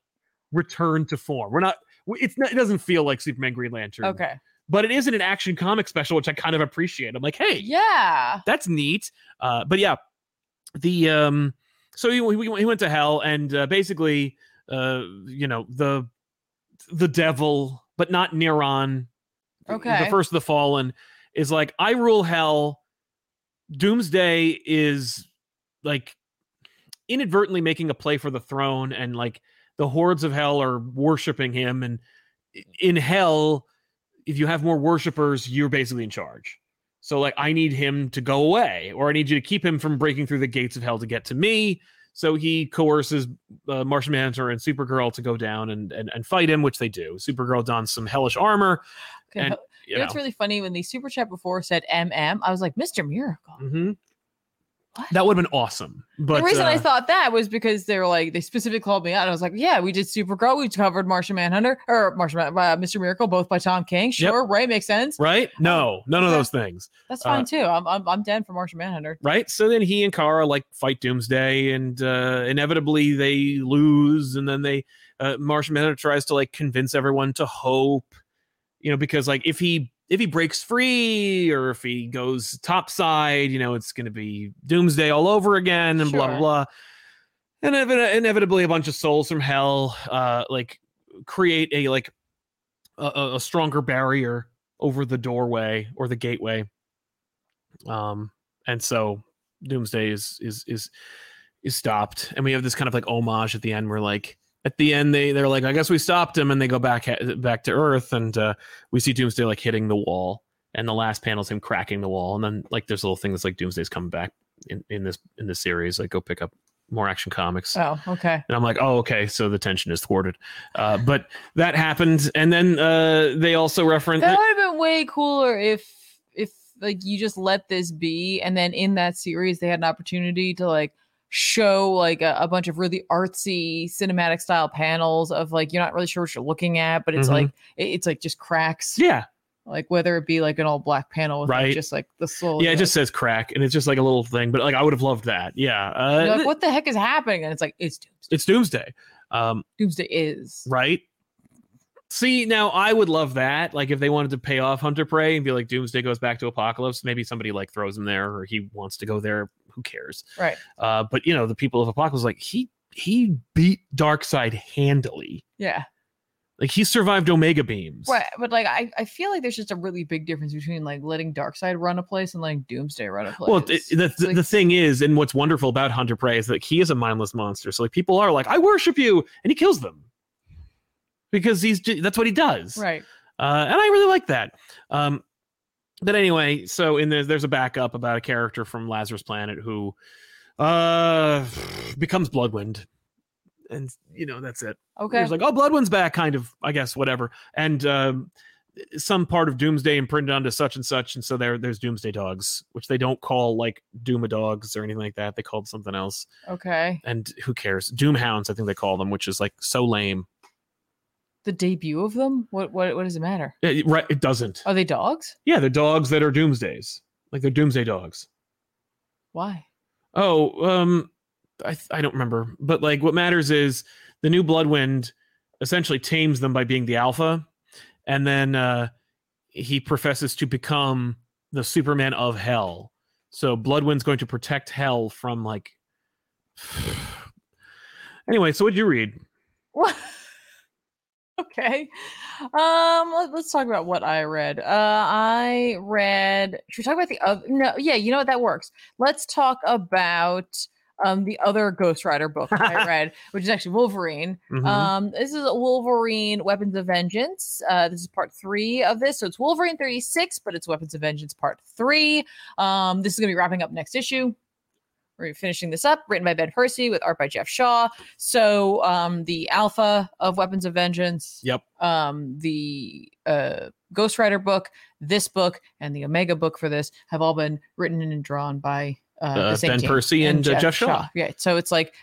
Speaker 1: return to form. We're not. w- It's not. It doesn't feel like Superman Green Lantern.
Speaker 2: okay.
Speaker 1: But it isn't an action comic special, which I kind of appreciate. I'm like, hey,
Speaker 2: Yeah.
Speaker 1: that's neat. Uh, but yeah, the um, so he, he, he went to hell, and uh, basically, uh, you know, the the devil, but not Neron. the-
Speaker 2: Okay.
Speaker 1: the first of the fallen is like I rule hell. Doomsday is like inadvertently making a play for the throne, and like the hordes of hell are worshiping him, and i- in hell if you have more worshipers, you're basically in charge. So like I need him to go away, or I need you to keep him from breaking through the gates of hell to get to me. So he coerces uh, Martian Manhunter and Supergirl to go down and, and and fight him, which they do. Supergirl dons some hellish armor.
Speaker 2: Okay.
Speaker 1: and,
Speaker 2: ho-
Speaker 1: You
Speaker 2: It's really funny when the super chat before said MM. I was like, Mr. Miracle.
Speaker 1: hmm
Speaker 2: What?
Speaker 1: That would have been awesome. But
Speaker 2: the reason I
Speaker 1: uh,
Speaker 2: thought that was because they were like they specifically called me out. I was like, yeah, we did Supergirl, we covered Martian Manhunter or Martian Man- uh, Mr. Miracle, both by Tom King.
Speaker 1: Yep.
Speaker 2: Sure, right, makes sense.
Speaker 1: right? No, none of
Speaker 2: Oh, Okay.
Speaker 1: those things.
Speaker 2: That's
Speaker 1: Uh,
Speaker 2: fine too. I'm I'm, I'm down for Martian Manhunter.
Speaker 1: right? So then he and Kara like fight Doomsday, and uh, inevitably they lose. And then they uh, Martian Manhunter tries to like convince everyone to hope, you know, because like if he if he breaks free or if he goes topside, you know, it's going to be Doomsday all over again, and blah blah
Speaker 2: Sure.
Speaker 1: blah. And inevi- inevitably, a bunch of souls from hell uh, like create a like a- a, a stronger barrier over the doorway or the gateway. Um, and so doomsday is is is is stopped and we have this kind of like homage at the end where like at the end they they're like i guess we stopped him and they go back eh, back to earth and uh we see doomsday like hitting the wall and the last panel's him cracking the wall and then like there's a little thing that's like doomsday's coming back in in this in this series like go pick up more action comics
Speaker 2: Oh, okay.
Speaker 1: and I'm like, oh, okay, so the tension is thwarted. Uh, but that happened, and then uh, they also reference. [LAUGHS]
Speaker 2: That would have been way cooler if if like you just let this be, and then in that series they had an opportunity to like show like a, a bunch of really artsy cinematic style panels of like you're not really sure what you're looking at, but it's
Speaker 1: Mhm.
Speaker 2: like it, it's like just cracks.
Speaker 1: Yeah,
Speaker 2: like whether it be like an all black panel with like,
Speaker 1: Right.
Speaker 2: just like the soul.
Speaker 1: yeah, it just says crack, and it's just like a little thing. But like, I would have loved that. Yeah, uh,
Speaker 2: like, what the heck is happening? And it's like it's Doomsday.
Speaker 1: it's Doomsday. Um,
Speaker 2: Doomsday is
Speaker 1: right? See, now I would love that. Like if they wanted to pay off Hunter Prey and be like Doomsday goes back to Apocalypse, maybe somebody like throws him there or he wants to go there. Who cares?
Speaker 2: Right.
Speaker 1: Uh, but you know, the people of Apocalypse like he he beat Darkseid handily.
Speaker 2: yeah
Speaker 1: Like he survived Omega beams.
Speaker 2: right. But like I, I feel like there's just a really big difference between like letting Darkseid run a place and letting Doomsday run a place.
Speaker 1: Well, it, the, the,
Speaker 2: like-
Speaker 1: the thing is, and what's wonderful about Hunter Prey is that he is a mindless monster. So like people are like, I worship you, and he kills them because he's ju- that's what he does.
Speaker 2: right.
Speaker 1: uh, and I really like that. Um, but anyway, so in the, there's a backup about a character from Lazarus Planet who uh, [SIGHS] becomes Bloodwind, and you know that's it.
Speaker 2: Okay.
Speaker 1: It's like, oh, Bloodwind's back, kind of, I guess, whatever. And um, some part of Doomsday imprinted onto such and such, and so there, there's Doomsday dogs, which they don't call like Dooma dogs or anything like that. They called something else,
Speaker 2: okay.
Speaker 1: and who cares? Doomhounds, I think they call them, which is like so lame.
Speaker 2: The debut of them. What what what does it matter?
Speaker 1: It- right? It doesn't.
Speaker 2: Are they dogs?
Speaker 1: Yeah, they're dogs that are doomsdays. Like they're doomsday dogs.
Speaker 2: Why?
Speaker 1: Oh, um, I th- I don't remember, but like what matters is the new Bloodwind essentially tames them by being the alpha, and then uh, he professes to become the Superman of Hell. So Bloodwind's going to protect Hell from like. [SIGHS] anyway, so what'd you read?
Speaker 2: What? [LAUGHS] okay. Um, let, us talk about what I read. Uh, I read. Should we talk about the other? No, yeah, you know what that works. Let's talk about um, the other Ghost Rider book I [LAUGHS] read, which is actually Wolverine.
Speaker 1: Mhm.
Speaker 2: Um, this is Wolverine Weapons of Vengeance. Uh, this is part three of this. So it's Wolverine 36, but it's Weapons of Vengeance part three. Um, this is going to be wrapping up next issue. We're finishing this up, written by Ben Percy with art by Jeff Shaw. So um, the Alpha of Weapons of Vengeance,
Speaker 1: Yep.
Speaker 2: um, the uh, Ghost Rider book, this book, and the Omega book for this have all been written and drawn by uh,
Speaker 1: Uh,
Speaker 2: the same
Speaker 1: Ben
Speaker 2: team
Speaker 1: Percy and, uh, Jeff Shaw.
Speaker 2: Yeah, so it's like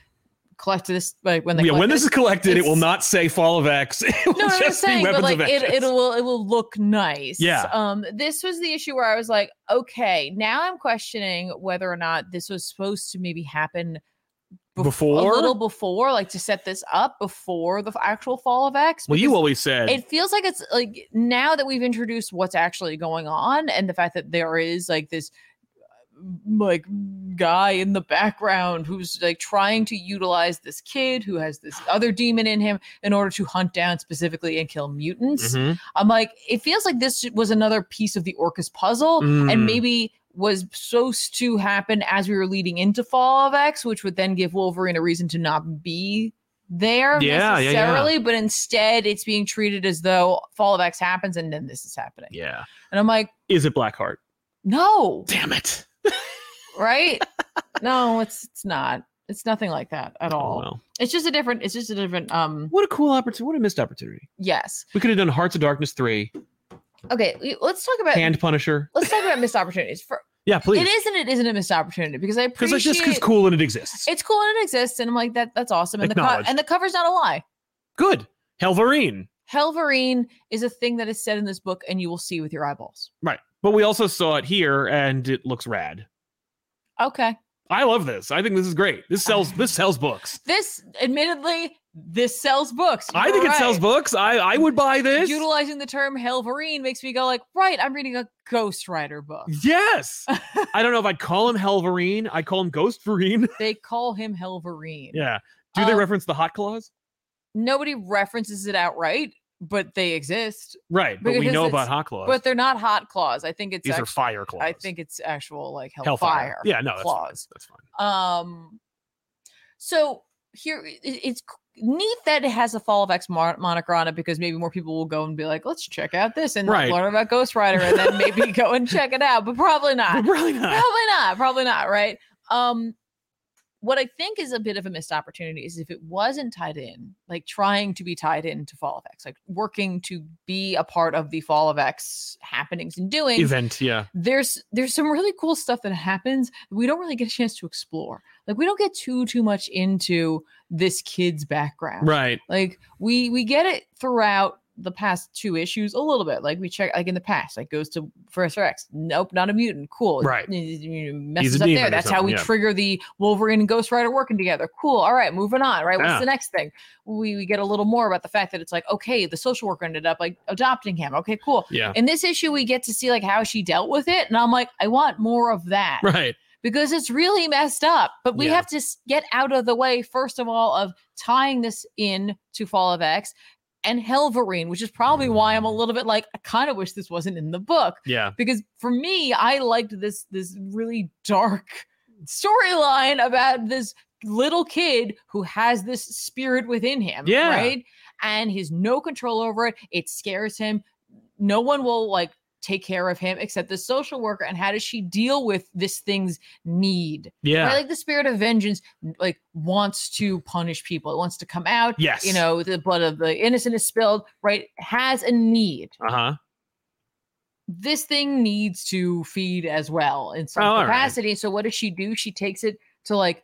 Speaker 2: collect this like when they
Speaker 1: Yeah, when
Speaker 2: collect
Speaker 1: this is collected, it will
Speaker 2: it's-
Speaker 1: not say Fall of X. [LAUGHS] It will
Speaker 2: no, no, I'm
Speaker 1: just
Speaker 2: just
Speaker 1: be
Speaker 2: saying, but
Speaker 1: Weapons
Speaker 2: like
Speaker 1: of
Speaker 2: it,
Speaker 1: Vengeance.
Speaker 2: it will it will look nice.
Speaker 1: Yeah.
Speaker 2: Um, this was the issue where I was like, okay, now I'm questioning whether or not this was supposed to maybe happen bef-
Speaker 1: Before?
Speaker 2: a little before, like to set this up before the f- actual fall of X.
Speaker 1: Well, you
Speaker 2: because
Speaker 1: always said
Speaker 2: It feels like it's like now that we've introduced what's actually going on and the fact that there is like this like guy in the background who's like trying to utilize this kid who has this other demon in him in order to hunt down specifically and kill mutants.
Speaker 1: Mhm.
Speaker 2: I'm like, it feels like this was another piece of the Orcus puzzle
Speaker 1: Mm.
Speaker 2: and maybe was supposed to happen as we were leading into Fall of X, which would then give Wolverine a reason to not be there
Speaker 1: Yeah, yeah, yeah.
Speaker 2: necessarily, but instead it's being treated as though Fall of X happens and then this is happening.
Speaker 1: Yeah.
Speaker 2: And I'm like,
Speaker 1: Is it Blackheart?
Speaker 2: no,
Speaker 1: Damn it.
Speaker 2: right? [LAUGHS] no, it's it's not. It's nothing like that at
Speaker 1: Oh,
Speaker 2: all.
Speaker 1: well.
Speaker 2: It's just a different it's just a different um
Speaker 1: What a cool opportunity. What a missed opportunity.
Speaker 2: yes.
Speaker 1: We could have done Hearts of Darkness 3,
Speaker 2: Okay, we- let's talk about
Speaker 1: Hand Punisher.
Speaker 2: let's talk about missed opportunities. For,
Speaker 1: Yeah, please.
Speaker 2: It is and it isn't a missed opportunity because I
Speaker 1: Because
Speaker 2: appreciate
Speaker 1: it's just because cool and it exists.
Speaker 2: it's cool and it exists, and I'm like that. That's awesome. And the co-
Speaker 1: Acknowledged.
Speaker 2: and the cover's not a lie.
Speaker 1: Good. Helverine.
Speaker 2: Helverine is a thing that is said in this book, and you will see with your eyeballs.
Speaker 1: Right. But we also saw it here and it looks rad.
Speaker 2: Okay,
Speaker 1: I love this. I think this is great. This sells this sells books.
Speaker 2: this admittedly this sells books.
Speaker 1: I
Speaker 2: You're
Speaker 1: think it sells
Speaker 2: right.
Speaker 1: books. I I would buy this.
Speaker 2: Utilizing the term Helverine makes me go like, right? I'm reading a Ghost Rider book.
Speaker 1: [LAUGHS]
Speaker 2: [LAUGHS]
Speaker 1: Yes. I don't know if I'd call him Helverine. I'd call him Ghost Verine. [LAUGHS]
Speaker 2: they call him Helverine.
Speaker 1: yeah. Do they
Speaker 2: Um,
Speaker 1: reference the hot claws?
Speaker 2: Nobody references it outright, but they exist.
Speaker 1: Right. But we
Speaker 2: because
Speaker 1: know
Speaker 2: it's-
Speaker 1: about hot claws.
Speaker 2: But they're not hot claws. I think it's
Speaker 1: These are
Speaker 2: act-
Speaker 1: fire claws.
Speaker 2: I think it's actual like
Speaker 1: Hellfire.
Speaker 2: hellfire.
Speaker 1: Yeah, no, that's fine.
Speaker 2: claws.
Speaker 1: That's fine.
Speaker 2: Um, so here i- i- it's c- neat that it has a Fall of X mon- moniker on it because maybe more people will go and be like, let's check out this and
Speaker 1: Right.
Speaker 2: like, learn about Ghost Rider and then maybe [LAUGHS] go and check it out, but probably not.
Speaker 1: But
Speaker 2: [LAUGHS]
Speaker 1: really not.
Speaker 2: probably not. Probably not. Right. Um, what I think is a bit of a missed opportunity is if it wasn't tied in, like trying to be tied into Fall of X, like working to be a part of the Fall of X happenings and doing
Speaker 1: Event, yeah.
Speaker 2: there's there's some really cool stuff that happens that we don't really get a chance to explore like we don't get too too much into this kid's background
Speaker 1: Right.
Speaker 2: like we we get it throughout the past two issues a little bit like we check like in the past like goes to professor x nope not a mutant cool
Speaker 1: Right.
Speaker 2: You know, messes up
Speaker 1: demon
Speaker 2: there
Speaker 1: or
Speaker 2: that's how we
Speaker 1: something, yeah.
Speaker 2: trigger the wolverine and ghost rider working together cool all right moving on right
Speaker 1: Yeah.
Speaker 2: what's the next thing we, we get a little more about the fact that it's like okay the social worker ended up like adopting him okay cool
Speaker 1: Yeah.
Speaker 2: in this issue, we get to see like how she dealt with it, and I'm like, I want more of that
Speaker 1: Right.
Speaker 2: because it's really messed up. But we
Speaker 1: Yeah.
Speaker 2: have to s- get out of the way first of all of tying this in to Fall of X and Helverine, which is probably why I'm a little bit like I kind of wish this wasn't in the book
Speaker 1: Yeah.
Speaker 2: because for me, I liked this this really dark [LAUGHS] storyline about this little kid who has this spirit within him,
Speaker 1: Yeah.
Speaker 2: right? And he's no control over it. It scares him. No one will like take care of him except the social worker. And how does she deal with this thing's need?
Speaker 1: Yeah.
Speaker 2: Right? Like the spirit of vengeance, like wants to punish people. It wants to come out.
Speaker 1: yes.
Speaker 2: You know, the blood of the innocent is spilled. Right? Has a need
Speaker 1: Uh huh.
Speaker 2: this thing needs to feed as well in some
Speaker 1: Oh, all right.
Speaker 2: capacity. So what does she do? She takes it to like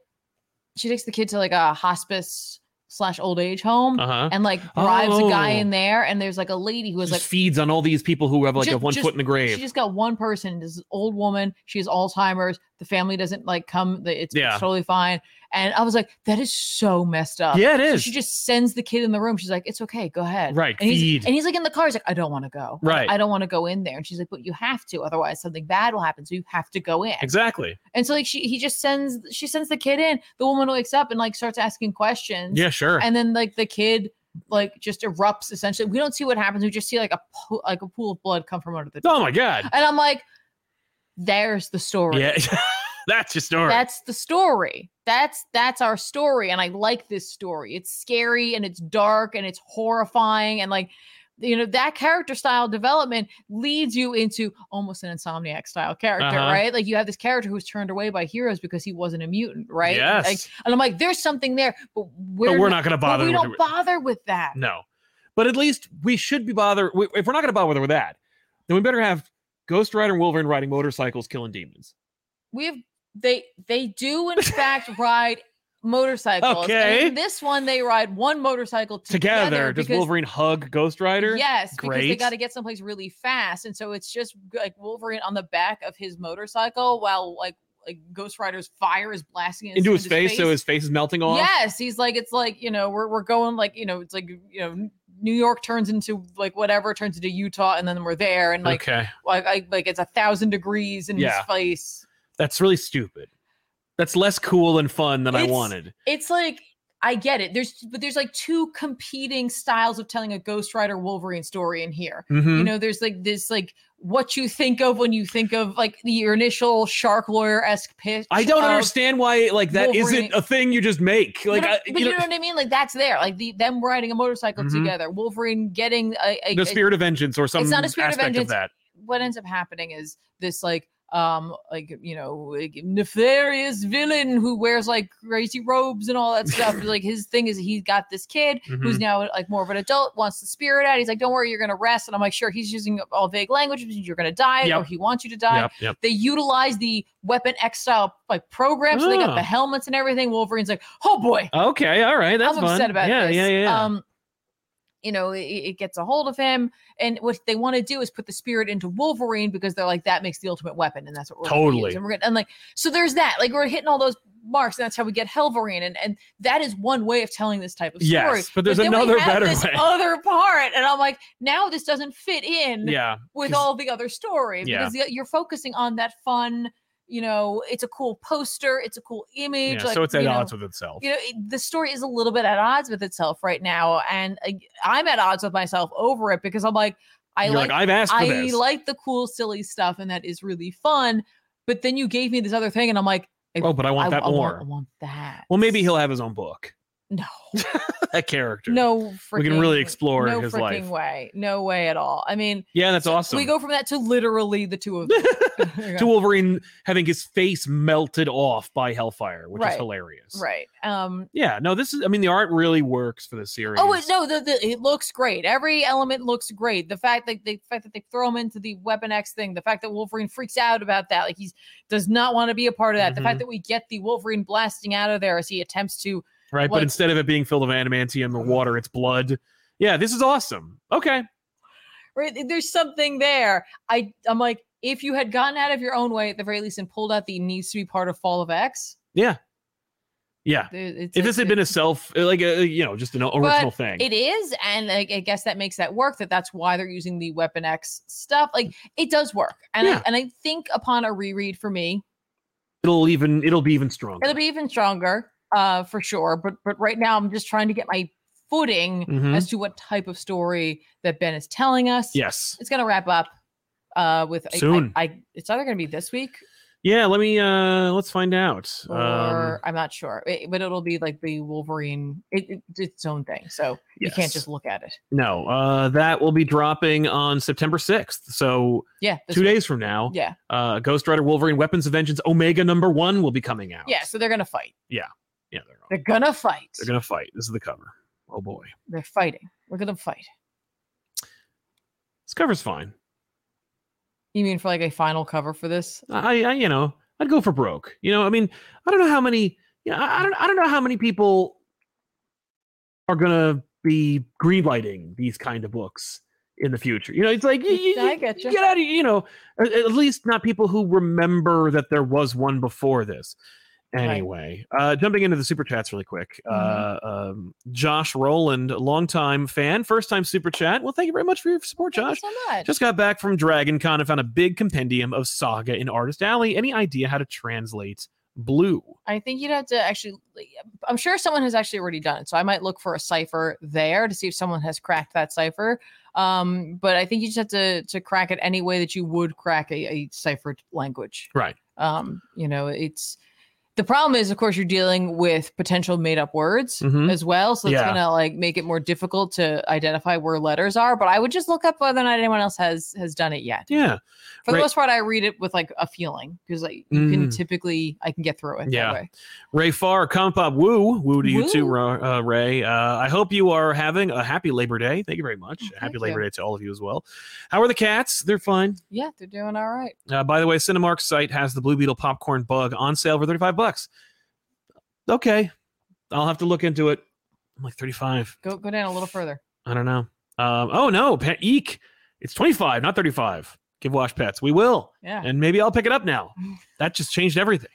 Speaker 2: she takes the kid to like a hospice slash old age home
Speaker 1: Uh huh.
Speaker 2: and like bribes a guy
Speaker 1: Oh.
Speaker 2: in there and there's like a lady who is
Speaker 1: Just
Speaker 2: like
Speaker 1: feeds on all these people who have like a
Speaker 2: Just-
Speaker 1: one
Speaker 2: just-
Speaker 1: foot in the grave.
Speaker 2: she just got one person this is an old woman she has alzheimer's the family doesn't like come the- it's, it's
Speaker 1: Yeah.
Speaker 2: totally fine and i was like that is so messed up
Speaker 1: yeah, it
Speaker 2: So
Speaker 1: is.
Speaker 2: she just sends the kid in the room she's like it's okay go ahead
Speaker 1: right.
Speaker 2: and he's,
Speaker 1: Feed.
Speaker 2: and he's like in the car. He's like, I don't want to go. I-
Speaker 1: Right.
Speaker 2: I don't want to go in there. And she's like, but you have to, otherwise something bad will happen. So you have to go in.
Speaker 1: exactly.
Speaker 2: And so like she he just sends she sends the kid in. The woman wakes up and like starts asking questions.
Speaker 1: Yeah, sure.
Speaker 2: And then like the kid like just erupts essentially. We don't see what happens. We just see like a po- like [LAUGHS] a pool of blood come from under the
Speaker 1: oh my god.
Speaker 2: And I'm like, there's the story.
Speaker 1: Yeah. [LAUGHS] That's your story.
Speaker 2: That's the story. That's that's our story and I like this story. It's scary and it's dark and it's horrifying and like you know that character style development leads you into almost an insomniac style character
Speaker 1: Uh-huh.
Speaker 2: right like you have this character who's turned away by heroes because he wasn't a mutant right
Speaker 1: Yes.
Speaker 2: Like, and i'm like there's something there but we're,
Speaker 1: but we're not going to
Speaker 2: but
Speaker 1: bother.
Speaker 2: we
Speaker 1: with
Speaker 2: don't
Speaker 1: it.
Speaker 2: bother with that
Speaker 1: No, but at least we should be bothered. we- If we're not going to bother with that, then we better have Ghost Rider and Wolverine riding motorcycles, killing demons.
Speaker 2: we have they they
Speaker 1: [LAUGHS]
Speaker 2: do in fact ride motorcycles and
Speaker 1: Okay.
Speaker 2: in this one they ride one motorcycle
Speaker 1: Together,
Speaker 2: together,
Speaker 1: does
Speaker 2: because
Speaker 1: Wolverine hug Ghost Rider?
Speaker 2: Yes, because they
Speaker 1: Great.
Speaker 2: got to get someplace really fast, and so it's just g- like Wolverine on the back of his motorcycle while like like Ghost Rider's fire is blasting in
Speaker 1: into his face, so his face is melting off.
Speaker 2: yes, he's like it's like you know we're we're going like you know it's like you know N- New York turns into like whatever turns into Utah, and then we're there, and like
Speaker 1: okay,
Speaker 2: like I, like it's a thousand degrees in
Speaker 1: Yeah.
Speaker 2: his face.
Speaker 1: that's really stupid. That's less cool and fun than I
Speaker 2: It's-
Speaker 1: wanted.
Speaker 2: It's like. I get it. There's but there's like two competing styles of telling a Ghost Rider Wolverine story in here.
Speaker 1: Mhm.
Speaker 2: you know there's like this like what you think of when you think of like the- your initial shark lawyer-esque pitch
Speaker 1: I don't
Speaker 2: of-
Speaker 1: understand why like that
Speaker 2: uh, Wolverine-
Speaker 1: not a thing you just make. Like
Speaker 2: but,
Speaker 1: I,
Speaker 2: I- but you, know, what i mean like that's there like the them riding a motorcycle
Speaker 1: Mhm.
Speaker 2: together wolverine getting a, a,
Speaker 1: the
Speaker 2: a-
Speaker 1: spirit of vengeance or some
Speaker 2: not a spirit of
Speaker 1: aspect
Speaker 2: vengeance.
Speaker 1: that.
Speaker 2: what ends up happening is this like um like you know like, nefarious villain who wears like crazy robes and all
Speaker 1: [LAUGHS]
Speaker 2: that stuff like his thing is he's got this kid
Speaker 1: Mm-hmm.
Speaker 2: who's now like more of an adult, wants the spirit out. He's like, "Don't worry, you're gonna rest." And I'm like, "Sure." He's using all vague language. which means You're gonna die, or
Speaker 1: Yep.
Speaker 2: he wants you to die.
Speaker 1: Yep, yep.
Speaker 2: They utilize the Weapon X style like program, so they got
Speaker 1: Ah.
Speaker 2: the helmets and everything. Wolverine's like, "Oh boy,
Speaker 1: Okay, all right. That's
Speaker 2: I'm
Speaker 1: fun.
Speaker 2: upset about
Speaker 1: yeah,
Speaker 2: this."
Speaker 1: Yeah, yeah, yeah.
Speaker 2: Um, you know, it, it gets a hold of him, and what they want to do is put the spirit into Wolverine because they're like, "That makes the ultimate weapon," and that's what we're gonna
Speaker 1: Totally.
Speaker 2: use. And we're gonna and like, so there's that. Like we're hitting all those marks, and that's how we get Helverine, and and that is one way of telling this type of story.
Speaker 1: yes, but there's
Speaker 2: then we
Speaker 1: another
Speaker 2: have
Speaker 1: better
Speaker 2: this
Speaker 1: way.
Speaker 2: Other part, and I'm like, now this doesn't fit in
Speaker 1: yeah,
Speaker 2: with
Speaker 1: 'cause-
Speaker 2: all the other story
Speaker 1: Yeah.
Speaker 2: because y- you're focusing on that fun. You know, it's a cool poster, it's a cool image.
Speaker 1: yeah.
Speaker 2: like,
Speaker 1: so it's at
Speaker 2: you know,
Speaker 1: odds with itself.
Speaker 2: You know, it- the story is a little bit at odds with itself right now, and uh, I'm at odds with myself over it because I'm like, I
Speaker 1: You're
Speaker 2: like,
Speaker 1: like, "Oh, I've asked for
Speaker 2: I
Speaker 1: this.
Speaker 2: like the cool, silly stuff, and that is really fun. But then you gave me this other thing, and I'm like,
Speaker 1: oh, but I want that
Speaker 2: I
Speaker 1: more.
Speaker 2: Want, I want that.
Speaker 1: well, maybe he'll have his own book.
Speaker 2: no.
Speaker 1: [LAUGHS] That character.
Speaker 2: No, freaking,
Speaker 1: We can really explore
Speaker 2: no
Speaker 1: his
Speaker 2: freaking
Speaker 1: life.
Speaker 2: way. No way at all. I mean,
Speaker 1: Yeah, that's awesome.
Speaker 2: we go from that to literally
Speaker 1: [LAUGHS]
Speaker 2: the two of them. [LAUGHS]
Speaker 1: to Wolverine having his face melted off by Hellfire, which
Speaker 2: Right,
Speaker 1: is hilarious.
Speaker 2: right. Um.
Speaker 1: Yeah, no, this is. I mean, the art really works for the series.
Speaker 2: Oh wait, no, the, the it looks great. Every element looks great. The fact that the fact that they throw him into the Weapon X thing, the fact that Wolverine freaks out about that, like he's does not want to be a part of that.
Speaker 1: Mm-hmm.
Speaker 2: The fact that we get the Wolverine blasting out of there as he attempts to
Speaker 1: right? but
Speaker 2: Like-
Speaker 1: instead of it being filled of adamantium or
Speaker 2: Mm-hmm.
Speaker 1: water, it's blood. Yeah, this is awesome. Okay,
Speaker 2: right. There's something there. I I'm like, if you had gotten out of your own way at the very least and pulled out the needs to be part of Fall of X.
Speaker 1: yeah.
Speaker 2: there- it's-
Speaker 1: If this
Speaker 2: it's-
Speaker 1: had been
Speaker 2: [LAUGHS]
Speaker 1: a self, uh, like a you know, just an original thing,
Speaker 2: It is, and like, I guess that makes that work. That that's why they're using the Weapon X stuff. Like it does work, and
Speaker 1: Yeah.
Speaker 2: I, and I think upon a reread for me,
Speaker 1: it'll even it'll be even stronger.
Speaker 2: it'll be even stronger, uh, for sure. But but right now, I'm just trying to get my footing
Speaker 1: Mhm.
Speaker 2: as to what type of story that Ben is telling us.
Speaker 1: Yes.
Speaker 2: it's gonna wrap up uh with I- I-
Speaker 1: Soon.
Speaker 2: I, it's either gonna be this week
Speaker 1: Yeah. Let me. uh Let's find out. Um,
Speaker 2: or I'm not sure, It- but it'll be like the Wolverine. It, it, it's its own thing, so you can't
Speaker 1: yes.
Speaker 2: just look at it.
Speaker 1: No. Uh, that will be dropping on September sixth. So
Speaker 2: Yeah, this
Speaker 1: two
Speaker 2: week.
Speaker 1: days from now,
Speaker 2: Yeah,
Speaker 1: uh, Ghost Rider, Wolverine, Weapons of Vengeance, Omega Number One will be coming out.
Speaker 2: yeah. So they're gonna fight.
Speaker 1: Yeah. They're,
Speaker 2: They're gonna fight.
Speaker 1: they're gonna fight. This is the cover. Oh boy.
Speaker 2: They're fighting. We're gonna fight.
Speaker 1: This cover's fine.
Speaker 2: You mean for like a final cover for this?
Speaker 1: I, I you know I'd go for broke. You know, I mean, I don't know how many. You know, I I don't I don't know how many people are gonna be greenlighting these kind of books in the future. You know, it's like you, you,
Speaker 2: I
Speaker 1: you-
Speaker 2: getcha.
Speaker 1: get out of you know at, at least not people who remember that there was one before this.
Speaker 2: Right.
Speaker 1: Anyway, uh, jumping into the super chats really quick.
Speaker 2: Mhm.
Speaker 1: Uh, um, Josh Rowland, longtime fan, first time super chat. Well, thank you very much for your support,
Speaker 2: Thank you
Speaker 1: Josh.
Speaker 2: so much.
Speaker 1: Just got back from Dragon Con and found a big compendium of saga in Artist Alley. Any idea how to translate blue?
Speaker 2: I think you'd have to actually. I'm sure someone has actually already done it, so I might look for a cipher there to see if someone has cracked that cipher. Um, but I think you just have to to crack it any way that you would crack a, a ciphered language.
Speaker 1: Right.
Speaker 2: Um, you know, it's the problem is, of course, you're dealing with potential made up words
Speaker 1: Mhm.
Speaker 2: as well. So it's
Speaker 1: Yeah.
Speaker 2: gonna like make it more difficult to identify where letters are. But I would just look up whether or not anyone else has has done it yet.
Speaker 1: Yeah.
Speaker 2: For the
Speaker 1: Right.
Speaker 2: most part, I read it with like a feeling because like you can
Speaker 1: Mm.
Speaker 2: typically I can get through it.
Speaker 1: Yeah.
Speaker 2: That way.
Speaker 1: Ray Farr, Compop, woo. Woo to you too,
Speaker 2: Woo.
Speaker 1: Ra- uh, Ray. Uh, I hope you are having a happy Labor Day. Thank you very much.
Speaker 2: Oh, thank
Speaker 1: happy
Speaker 2: you.
Speaker 1: Labor Day to all of you as well. How are the cats? They're fine.
Speaker 2: Yeah, they're doing all right.
Speaker 1: Uh, by the way, Cinemark site has the Blue Beetle popcorn bug on sale for 35 bucks. Okay. I'll have to look into it. I'm like 35.
Speaker 2: Go go down a little further.
Speaker 1: I don't know. Um, oh, no. Pet Eek. It's 25, not 35. Give Wash Pets. We will.
Speaker 2: Yeah.
Speaker 1: And maybe I'll pick it up now. That just changed everything.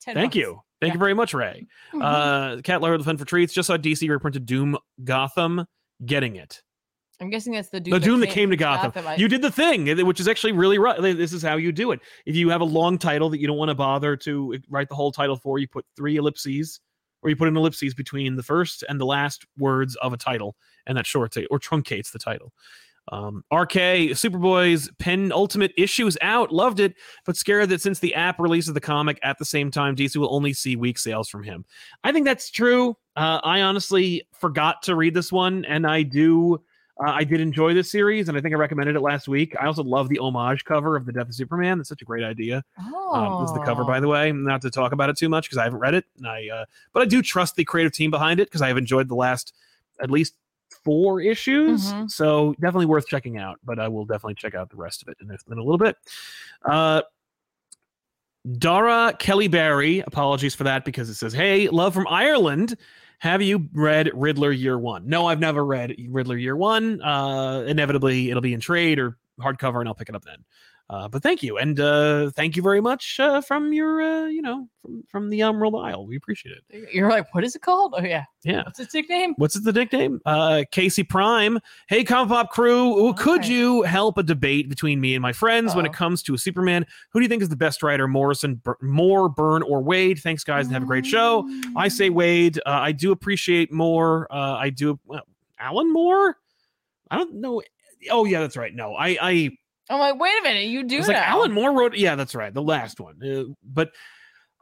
Speaker 2: 10
Speaker 1: Thank
Speaker 2: bucks.
Speaker 1: you. Thank
Speaker 2: Yeah.
Speaker 1: you very much, Ray.
Speaker 2: Mhm.
Speaker 1: Uh, Cat Larry the Fun for Treats just saw DC reprinted Doom Gotham getting it.
Speaker 2: I'm guessing that's the doom.
Speaker 1: the Doom that came to Gotham.
Speaker 2: I-
Speaker 1: You did the thing, which is actually really right. This is how you do it. If you have a long title that you don't want to bother to uh, write the whole title for, you put three ellipses or you put an ellipses between the first and the last words of a title, and that shorts it or truncates the title. Um, RK Superboy's pen ultimate issue is out. Loved it, but scared that since the app releases the comic at the same time, DC will only see weak sales from him. I think that's true. Uh, I honestly forgot to read this one, and I do. Uh, I did enjoy this series, and I think I recommended it last week. I also love the homage cover of the Death of Superman. That's such a great idea.
Speaker 2: oh.
Speaker 1: Um, this is the cover, by the way. Not to talk about it too much because I haven't read it, and I uh, but I do trust the creative team behind it because I have enjoyed the last at least four issues.
Speaker 2: Mhm.
Speaker 1: So definitely worth checking out. But I will definitely check out the rest of it in a, in a little bit. Uh, Dara Kelly Barry, apologies for that because it says, "Hey, love from Ireland." Have you read Riddler Year One? No, I've never read Riddler Year One. Uh, inevitably, it'll be in trade or hardcover, and I'll pick it up then. Uh, but thank you, and uh, thank you very much uh, from your, uh, you know, from, from the Emerald Isle. We appreciate it.
Speaker 2: You're like, what is it called? Oh yeah.
Speaker 1: Yeah.
Speaker 2: What's its nickname?
Speaker 1: What's the nickname? Uh, Casey Prime. Hey, Compop crew, ooh, could
Speaker 2: Alright.
Speaker 1: you help a debate between me and my friends when it
Speaker 2: Uh-oh.
Speaker 1: comes to Superman? Who do you think is the best writer, Morrison, Bur- Moore, Byrne, or Wade? Thanks, guys, and have a great show. I say
Speaker 2: Mm.
Speaker 1: Wade. Uh, I do appreciate Moore. Uh, I do well, Alan Moore. I don't know. Oh yeah, that's right. No, I I
Speaker 2: I'm like, wait a minute, you do
Speaker 1: it's
Speaker 2: know.
Speaker 1: like Alan Moore wrote. Yeah, that's right. The last one, Uh, but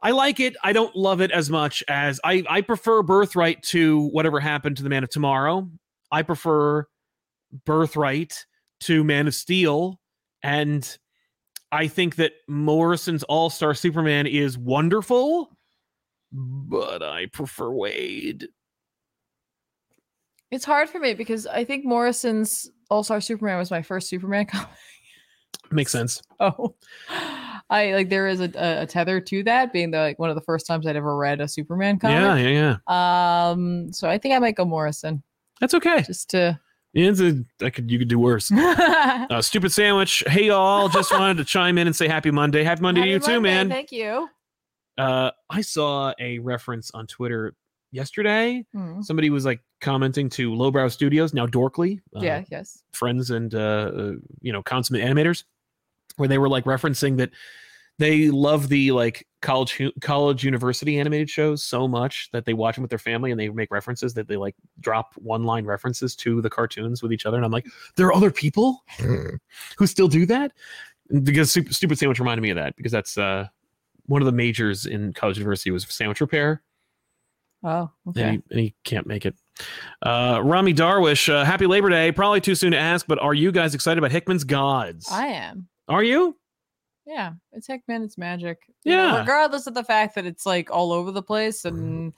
Speaker 1: I like it. I don't love it as much as I I prefer Birthright to whatever happened to the Man of Tomorrow. I prefer Birthright to Man of Steel, and I think that Morrison's All Star Superman is wonderful. But I prefer Wade.
Speaker 2: It's hard for me because I think Morrison's All Star Superman was my first Superman [LAUGHS] comic.
Speaker 1: Makes sense.
Speaker 2: Oh, I like there is a, a, a tether to that being the like one of the first times I'd ever read a Superman
Speaker 1: Yeah,
Speaker 2: comic.
Speaker 1: yeah, yeah.
Speaker 2: Um, so I think I might go Morrison
Speaker 1: That's okay. [LAUGHS]
Speaker 2: just to. [LAUGHS]
Speaker 1: It's a, I could you could do worse. Uh, stupid sandwich. Hey y'all, just wanted to chime in and say happy Monday. Happy Monday to you too, man.
Speaker 2: Thank you.
Speaker 1: Uh, I saw a reference on Twitter yesterday.
Speaker 2: Mm.
Speaker 1: Somebody was like commenting to Lowbrow Studios, now Dorkly, uh,
Speaker 2: yeah. Yes.
Speaker 1: friends and uh, uh, you know consummate animators, where they were like referencing that they love the like college hu- college university animated shows so much that they watch them with their family and they make references that they like drop one line references to the cartoons with each other and i'm like there are other people who still do that because Sup- stupid sandwich reminded me of that because that's uh one of the majors in college university was sandwich repair
Speaker 2: Oh. Okay.
Speaker 1: and, he, and he can't make it. Uh, Rami Darwish, uh, happy Labor Day. Probably too soon to ask, but are you guys excited about Hickman's Gods?
Speaker 2: I am.
Speaker 1: are you?
Speaker 2: Yeah, it's Hickman. It's magic. You know,
Speaker 1: Yeah.
Speaker 2: regardless of the fact that it's like all over the place and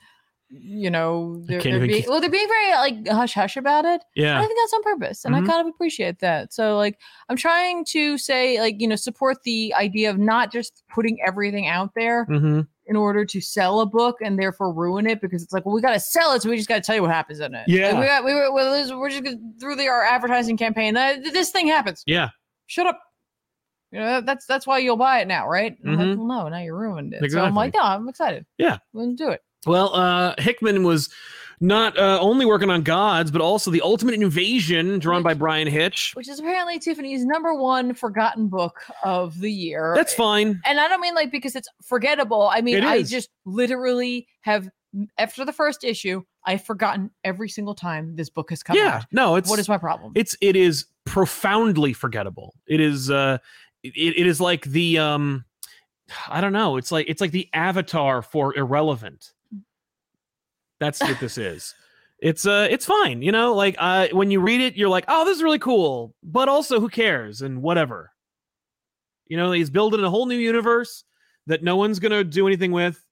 Speaker 2: you know they're,
Speaker 1: can't
Speaker 2: they're
Speaker 1: even
Speaker 2: being
Speaker 1: keep-
Speaker 2: well, they're being very like hush hush about it. And I
Speaker 1: Yeah.
Speaker 2: think that's on purpose, and
Speaker 1: Mhm.
Speaker 2: I kind of appreciate that. So like, I'm trying to say like you know support the idea of not just putting everything out there
Speaker 1: Mm-hmm.
Speaker 2: in order to sell a book and therefore ruin it because it's like well we got to sell it so we just got to tell you what happens in it. Like,
Speaker 1: Yeah.
Speaker 2: we got we were well, this- we're just gonna, through the our advertising campaign uh, th- this thing happens
Speaker 1: Yeah.
Speaker 2: shut up. You know, that's that's why you'll buy it now, right? And I'm like, well, no, now you ruined it. So I'm like, no, I'm excited.
Speaker 1: Mm-hmm. Yeah.
Speaker 2: Let's do it.
Speaker 1: Well, uh, Hickman was not uh, only working on Gods, but also the Ultimate Invasion, drawn by Brian Hitch.
Speaker 2: Which is apparently Tiffany's number one forgotten book of the year.
Speaker 1: That's fine.
Speaker 2: And I don't mean like because it's forgettable. I mean,
Speaker 1: It
Speaker 2: I
Speaker 1: is.
Speaker 2: just literally have after the first issue, I've forgotten every single time this book has come
Speaker 1: yeah.
Speaker 2: out.
Speaker 1: No, it's
Speaker 2: what is my problem?
Speaker 1: it's it is profoundly forgettable. It is uh, it, it is like the um, I don't know. It's like it's like the avatar for irrelevant. That's what this is. It's uh it's fine, you know? Like uh when you read it, you're like, "Oh, this is really cool." But also, who cares and whatever. You know, he's building a whole new universe that no one's going to do anything with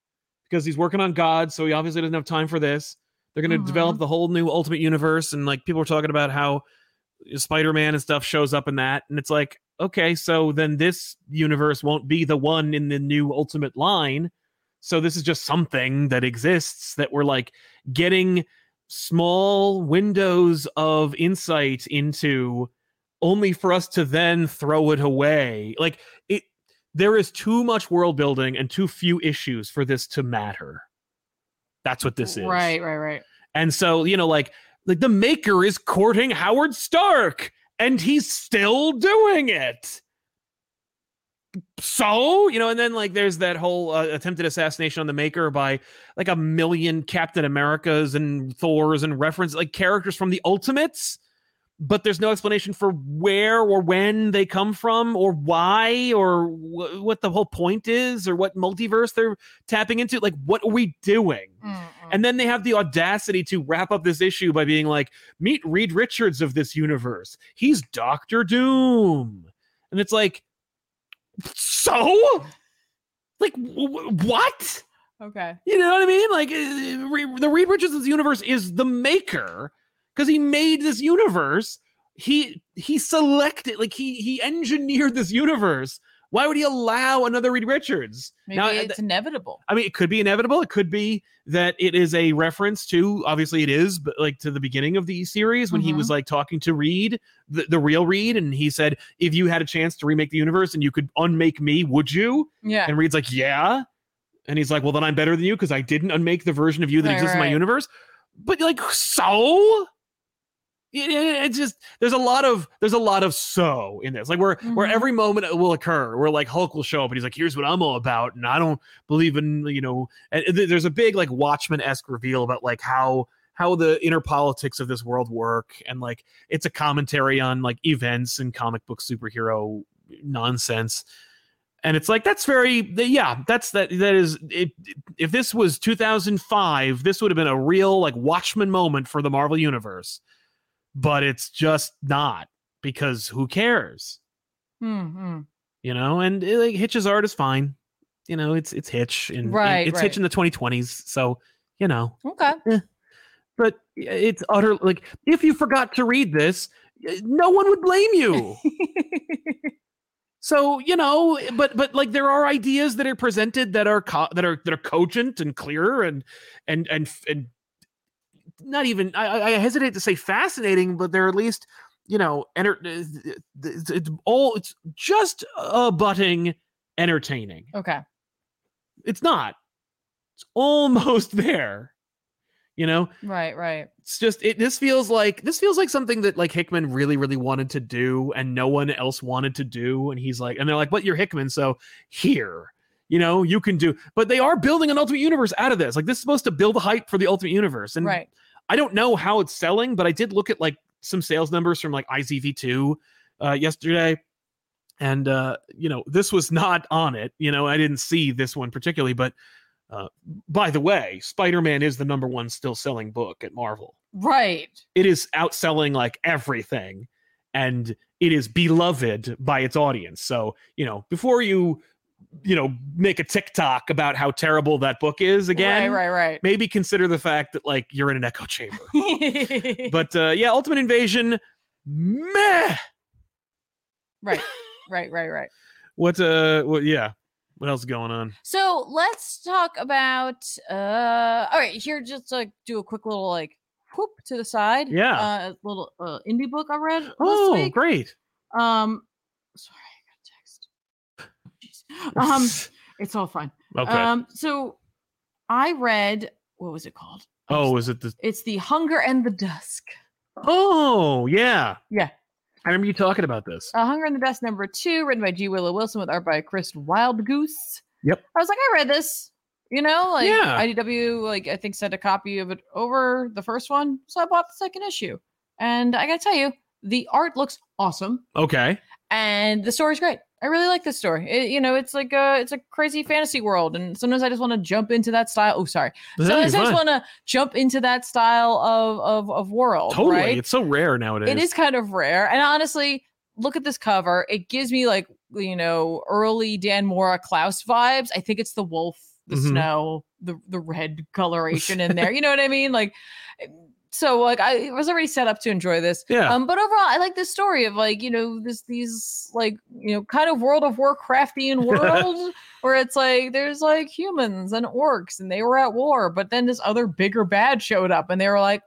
Speaker 1: because he's working on God, so he obviously doesn't have time for this. They're going to
Speaker 2: Mhm.
Speaker 1: develop the whole new ultimate universe and like people are talking about how uh, Spider-Man and stuff shows up in that and it's like, "Okay, so then this universe won't be the one in the new ultimate line." So this is just something that exists that we're like getting small windows of insight into only for us to then throw it away. Like it there is too much world building and too few issues for this to matter. That's what this is.
Speaker 2: Right, right, right.
Speaker 1: And so, you know, like like the maker is courting Howard Stark and he's still doing it. So, you know, and then like there's that whole uh, attempted assassination on the maker by like a million Captain Americas and Thors and reference like characters from the Ultimates, but there's no explanation for where or when they come from or why or wh- what the whole point is or what multiverse they're tapping into. Like, what are we doing?
Speaker 2: Mm-mm.
Speaker 1: And then they have the audacity to wrap up this issue by being like, meet Reed Richards of this universe. He's Doctor Doom. And it's like, so? Like, w- w- what?
Speaker 2: okay.
Speaker 1: You know what I mean? Like, uh, Re- the Reed Richards of this universe is the maker because he made this universe. He he selected, like, he he engineered this universe. Why would he allow another Reed Richards?
Speaker 2: Maybe
Speaker 1: Now,
Speaker 2: it's inevitable.
Speaker 1: I mean, it could be inevitable. It could be that it is a reference to, obviously, it is, but like to the beginning of the series when he
Speaker 2: Mm-hmm.
Speaker 1: was like talking to Reed, the, the real Reed, and he said, If you had a chance to remake the universe and you could unmake me, would you?
Speaker 2: Yeah.
Speaker 1: And Reed's like, Yeah. And he's like, Well, then I'm better than you because I didn't unmake the version of you that
Speaker 2: Right,
Speaker 1: exists in my
Speaker 2: right.
Speaker 1: universe. But like, so? It, it- it's just there's a lot of there's a lot of so in this like where where
Speaker 2: Mhm.
Speaker 1: every moment it will occur where like Hulk will show up and he's like here's what I'm all about and I don't believe in you know and th- there's a big like Watchmen esque reveal about like how how the inner politics of this world work and like it's a commentary on like events and comic book superhero nonsense and it's like that's very th- yeah that's that that is it, if this was 2005 this would have been a real like watchman moment for the marvel universe but it's just not because who cares
Speaker 2: Mm-mm.
Speaker 1: you know and uh, like hitch's art is fine you know it's it's hitch and- and
Speaker 2: Right,
Speaker 1: it's hitch
Speaker 2: right.
Speaker 1: in the 2020s so you know
Speaker 2: Okay. [LAUGHS]
Speaker 1: but eh, it's utter like if you forgot to read this uh, no one would blame you so you know eh, but but like there are ideas that are presented that are co- that are that are cogent and clear and and and and not even i i I hesitate to say fascinating but they're at least you know enter eh, it's it's all it's just abutting entertaining
Speaker 2: okay.
Speaker 1: it's not it's almost [LAUGHS] there you know
Speaker 2: Right, right.
Speaker 1: it's just it this feels like this feels like something that like Hickman really really wanted to do and no one else wanted to do and he's like and they're like but you're Hickman so here you know you can do but they are building an ultimate universe out of this like this is supposed to build hype for the ultimate universe and
Speaker 2: right.
Speaker 1: I don't know how it's selling, but I did look at like some sales numbers from like IZV2 uh, yesterday. And, uh, you know, this was not on it. You know, I didn't see this one particularly, but uh, by the way, Spider Man is the number one still selling book at Marvel.
Speaker 2: Right.
Speaker 1: It is outselling like everything and it is beloved by its audience. So, you know, before you, you know, make a TikTok about how terrible that book is again,
Speaker 2: Right, right,
Speaker 1: maybe consider the fact that like you're in an echo chamber
Speaker 2: [LAUGHS] right.
Speaker 1: but uh, yeah, Ultimate Invasion, meh.
Speaker 2: right. Right, right, right.
Speaker 1: What? Uh, what? Yeah. What else is going on?
Speaker 2: So let's talk about uh all right, here just like do a quick little like whoop to the side.
Speaker 1: Yeah.
Speaker 2: Uh little uh, indie book I read
Speaker 1: Oh,
Speaker 2: last week.
Speaker 1: great.
Speaker 2: Um sorry, I got a text. Jeez. Um it's all fine.
Speaker 1: [LAUGHS] okay.
Speaker 2: Um so I read what was it called? I'm
Speaker 1: oh, is
Speaker 2: just-
Speaker 1: it the?
Speaker 2: it's The Hunger and the Dusk.
Speaker 1: Oh, yeah.
Speaker 2: Yeah.
Speaker 1: I remember you talking about this.
Speaker 2: Uh, Hunger in the Dust number two, written by G. Willow Wilson with art by Chris Wildgoose.
Speaker 1: Yep.
Speaker 2: I was like, I read this. You know, like
Speaker 1: Yeah.
Speaker 2: IDW, like I think sent a copy of it over the first one, so I bought the second issue. And I gotta tell you, the art looks awesome,
Speaker 1: Okay.
Speaker 2: and the story's great, I really like this story. It, you know, it's like a it's a crazy fantasy world, and sometimes I just want to jump into that style. Oh, sorry.
Speaker 1: No,
Speaker 2: sometimes
Speaker 1: you're
Speaker 2: I just
Speaker 1: fine.
Speaker 2: want to jump into that style of of of world.
Speaker 1: totally.
Speaker 2: right?
Speaker 1: It's so rare nowadays.
Speaker 2: It is kind of rare. And honestly, look at this cover. It gives me like, you know, early Dan Mora Klaus vibes. I think it's the wolf, the
Speaker 1: Mhm.
Speaker 2: snow, the the [LAUGHS] red coloration in there. You know what I mean? Like so like I was already set up to enjoy this.
Speaker 1: Yeah.
Speaker 2: Um, but overall, I like this story of like you know this these like you know kind of World of
Speaker 1: [LAUGHS]
Speaker 2: Warcraftian world where it's like there's like humans and orcs and they were at war, but then this other bigger bad showed up and they were like,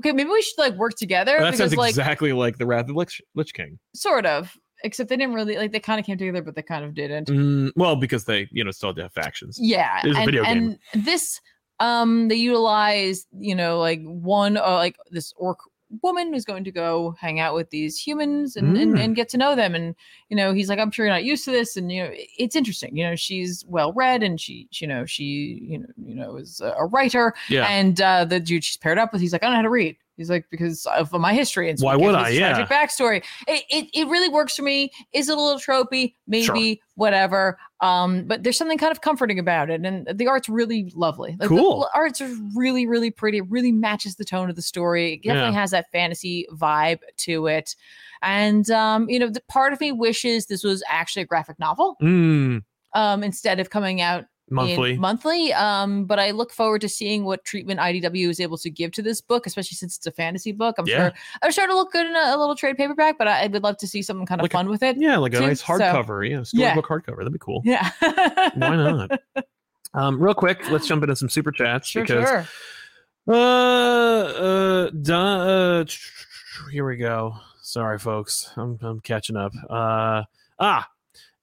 Speaker 2: okay, maybe we should like work together
Speaker 1: that sounds
Speaker 2: because like
Speaker 1: exactly like the Wrath of Lich, Lich King.
Speaker 2: sort of except they didn't really like they kind of came together, but they kind of didn't.
Speaker 1: Mm, well, because they, you know, still have to have factions.
Speaker 2: Yeah,
Speaker 1: It is a
Speaker 2: and,
Speaker 1: video game.
Speaker 2: and this um they utilize you know like one uh, like this orc woman who's going to go hang out with these humans and, and
Speaker 1: Mm.
Speaker 2: and get to know them and you know he's like I'm sure you're not used to this and you know i- it's interesting you know she's well read and she she- you know she you know you know is a a writer
Speaker 1: Yeah.
Speaker 2: and uh the dude she's paired up with he's like I don't know how to read he's like because of my history and so
Speaker 1: Why
Speaker 2: he gives
Speaker 1: would
Speaker 2: this
Speaker 1: I? Yeah.
Speaker 2: tragic backstory it, it it really works for me is it a little tropey maybe
Speaker 1: Sure.
Speaker 2: whatever um but there's something kind of comforting about it and the art's really lovely like
Speaker 1: Cool.
Speaker 2: the art's are really really pretty it really matches the tone of the story it definitely has that fantasy vibe to it and um you know the part of me wishes this was actually a graphic novel
Speaker 1: Mm,
Speaker 2: um instead of coming out in
Speaker 1: monthly.
Speaker 2: monthly um but i look forward to seeing what treatment idw is able to give to this book especially since it's a fantasy book i'm
Speaker 1: Yeah.
Speaker 2: sure i'm sure it'll look good in a, a little trade paperback but I, I would love to see something kind of
Speaker 1: Like a-
Speaker 2: fun with it
Speaker 1: yeah, like a
Speaker 2: too,
Speaker 1: nice
Speaker 2: so-
Speaker 1: hardcover. Yeah, storybook hardcover. That'd be cool.
Speaker 2: yeah [LAUGHS]
Speaker 1: Why not? Um, real quick, let's jump into some super chats
Speaker 2: sure
Speaker 1: because
Speaker 2: sure
Speaker 1: uh uh, Don, uh tr- tr- tr- here we go. Sorry, folks, I'm I'm catching up. Uh ah,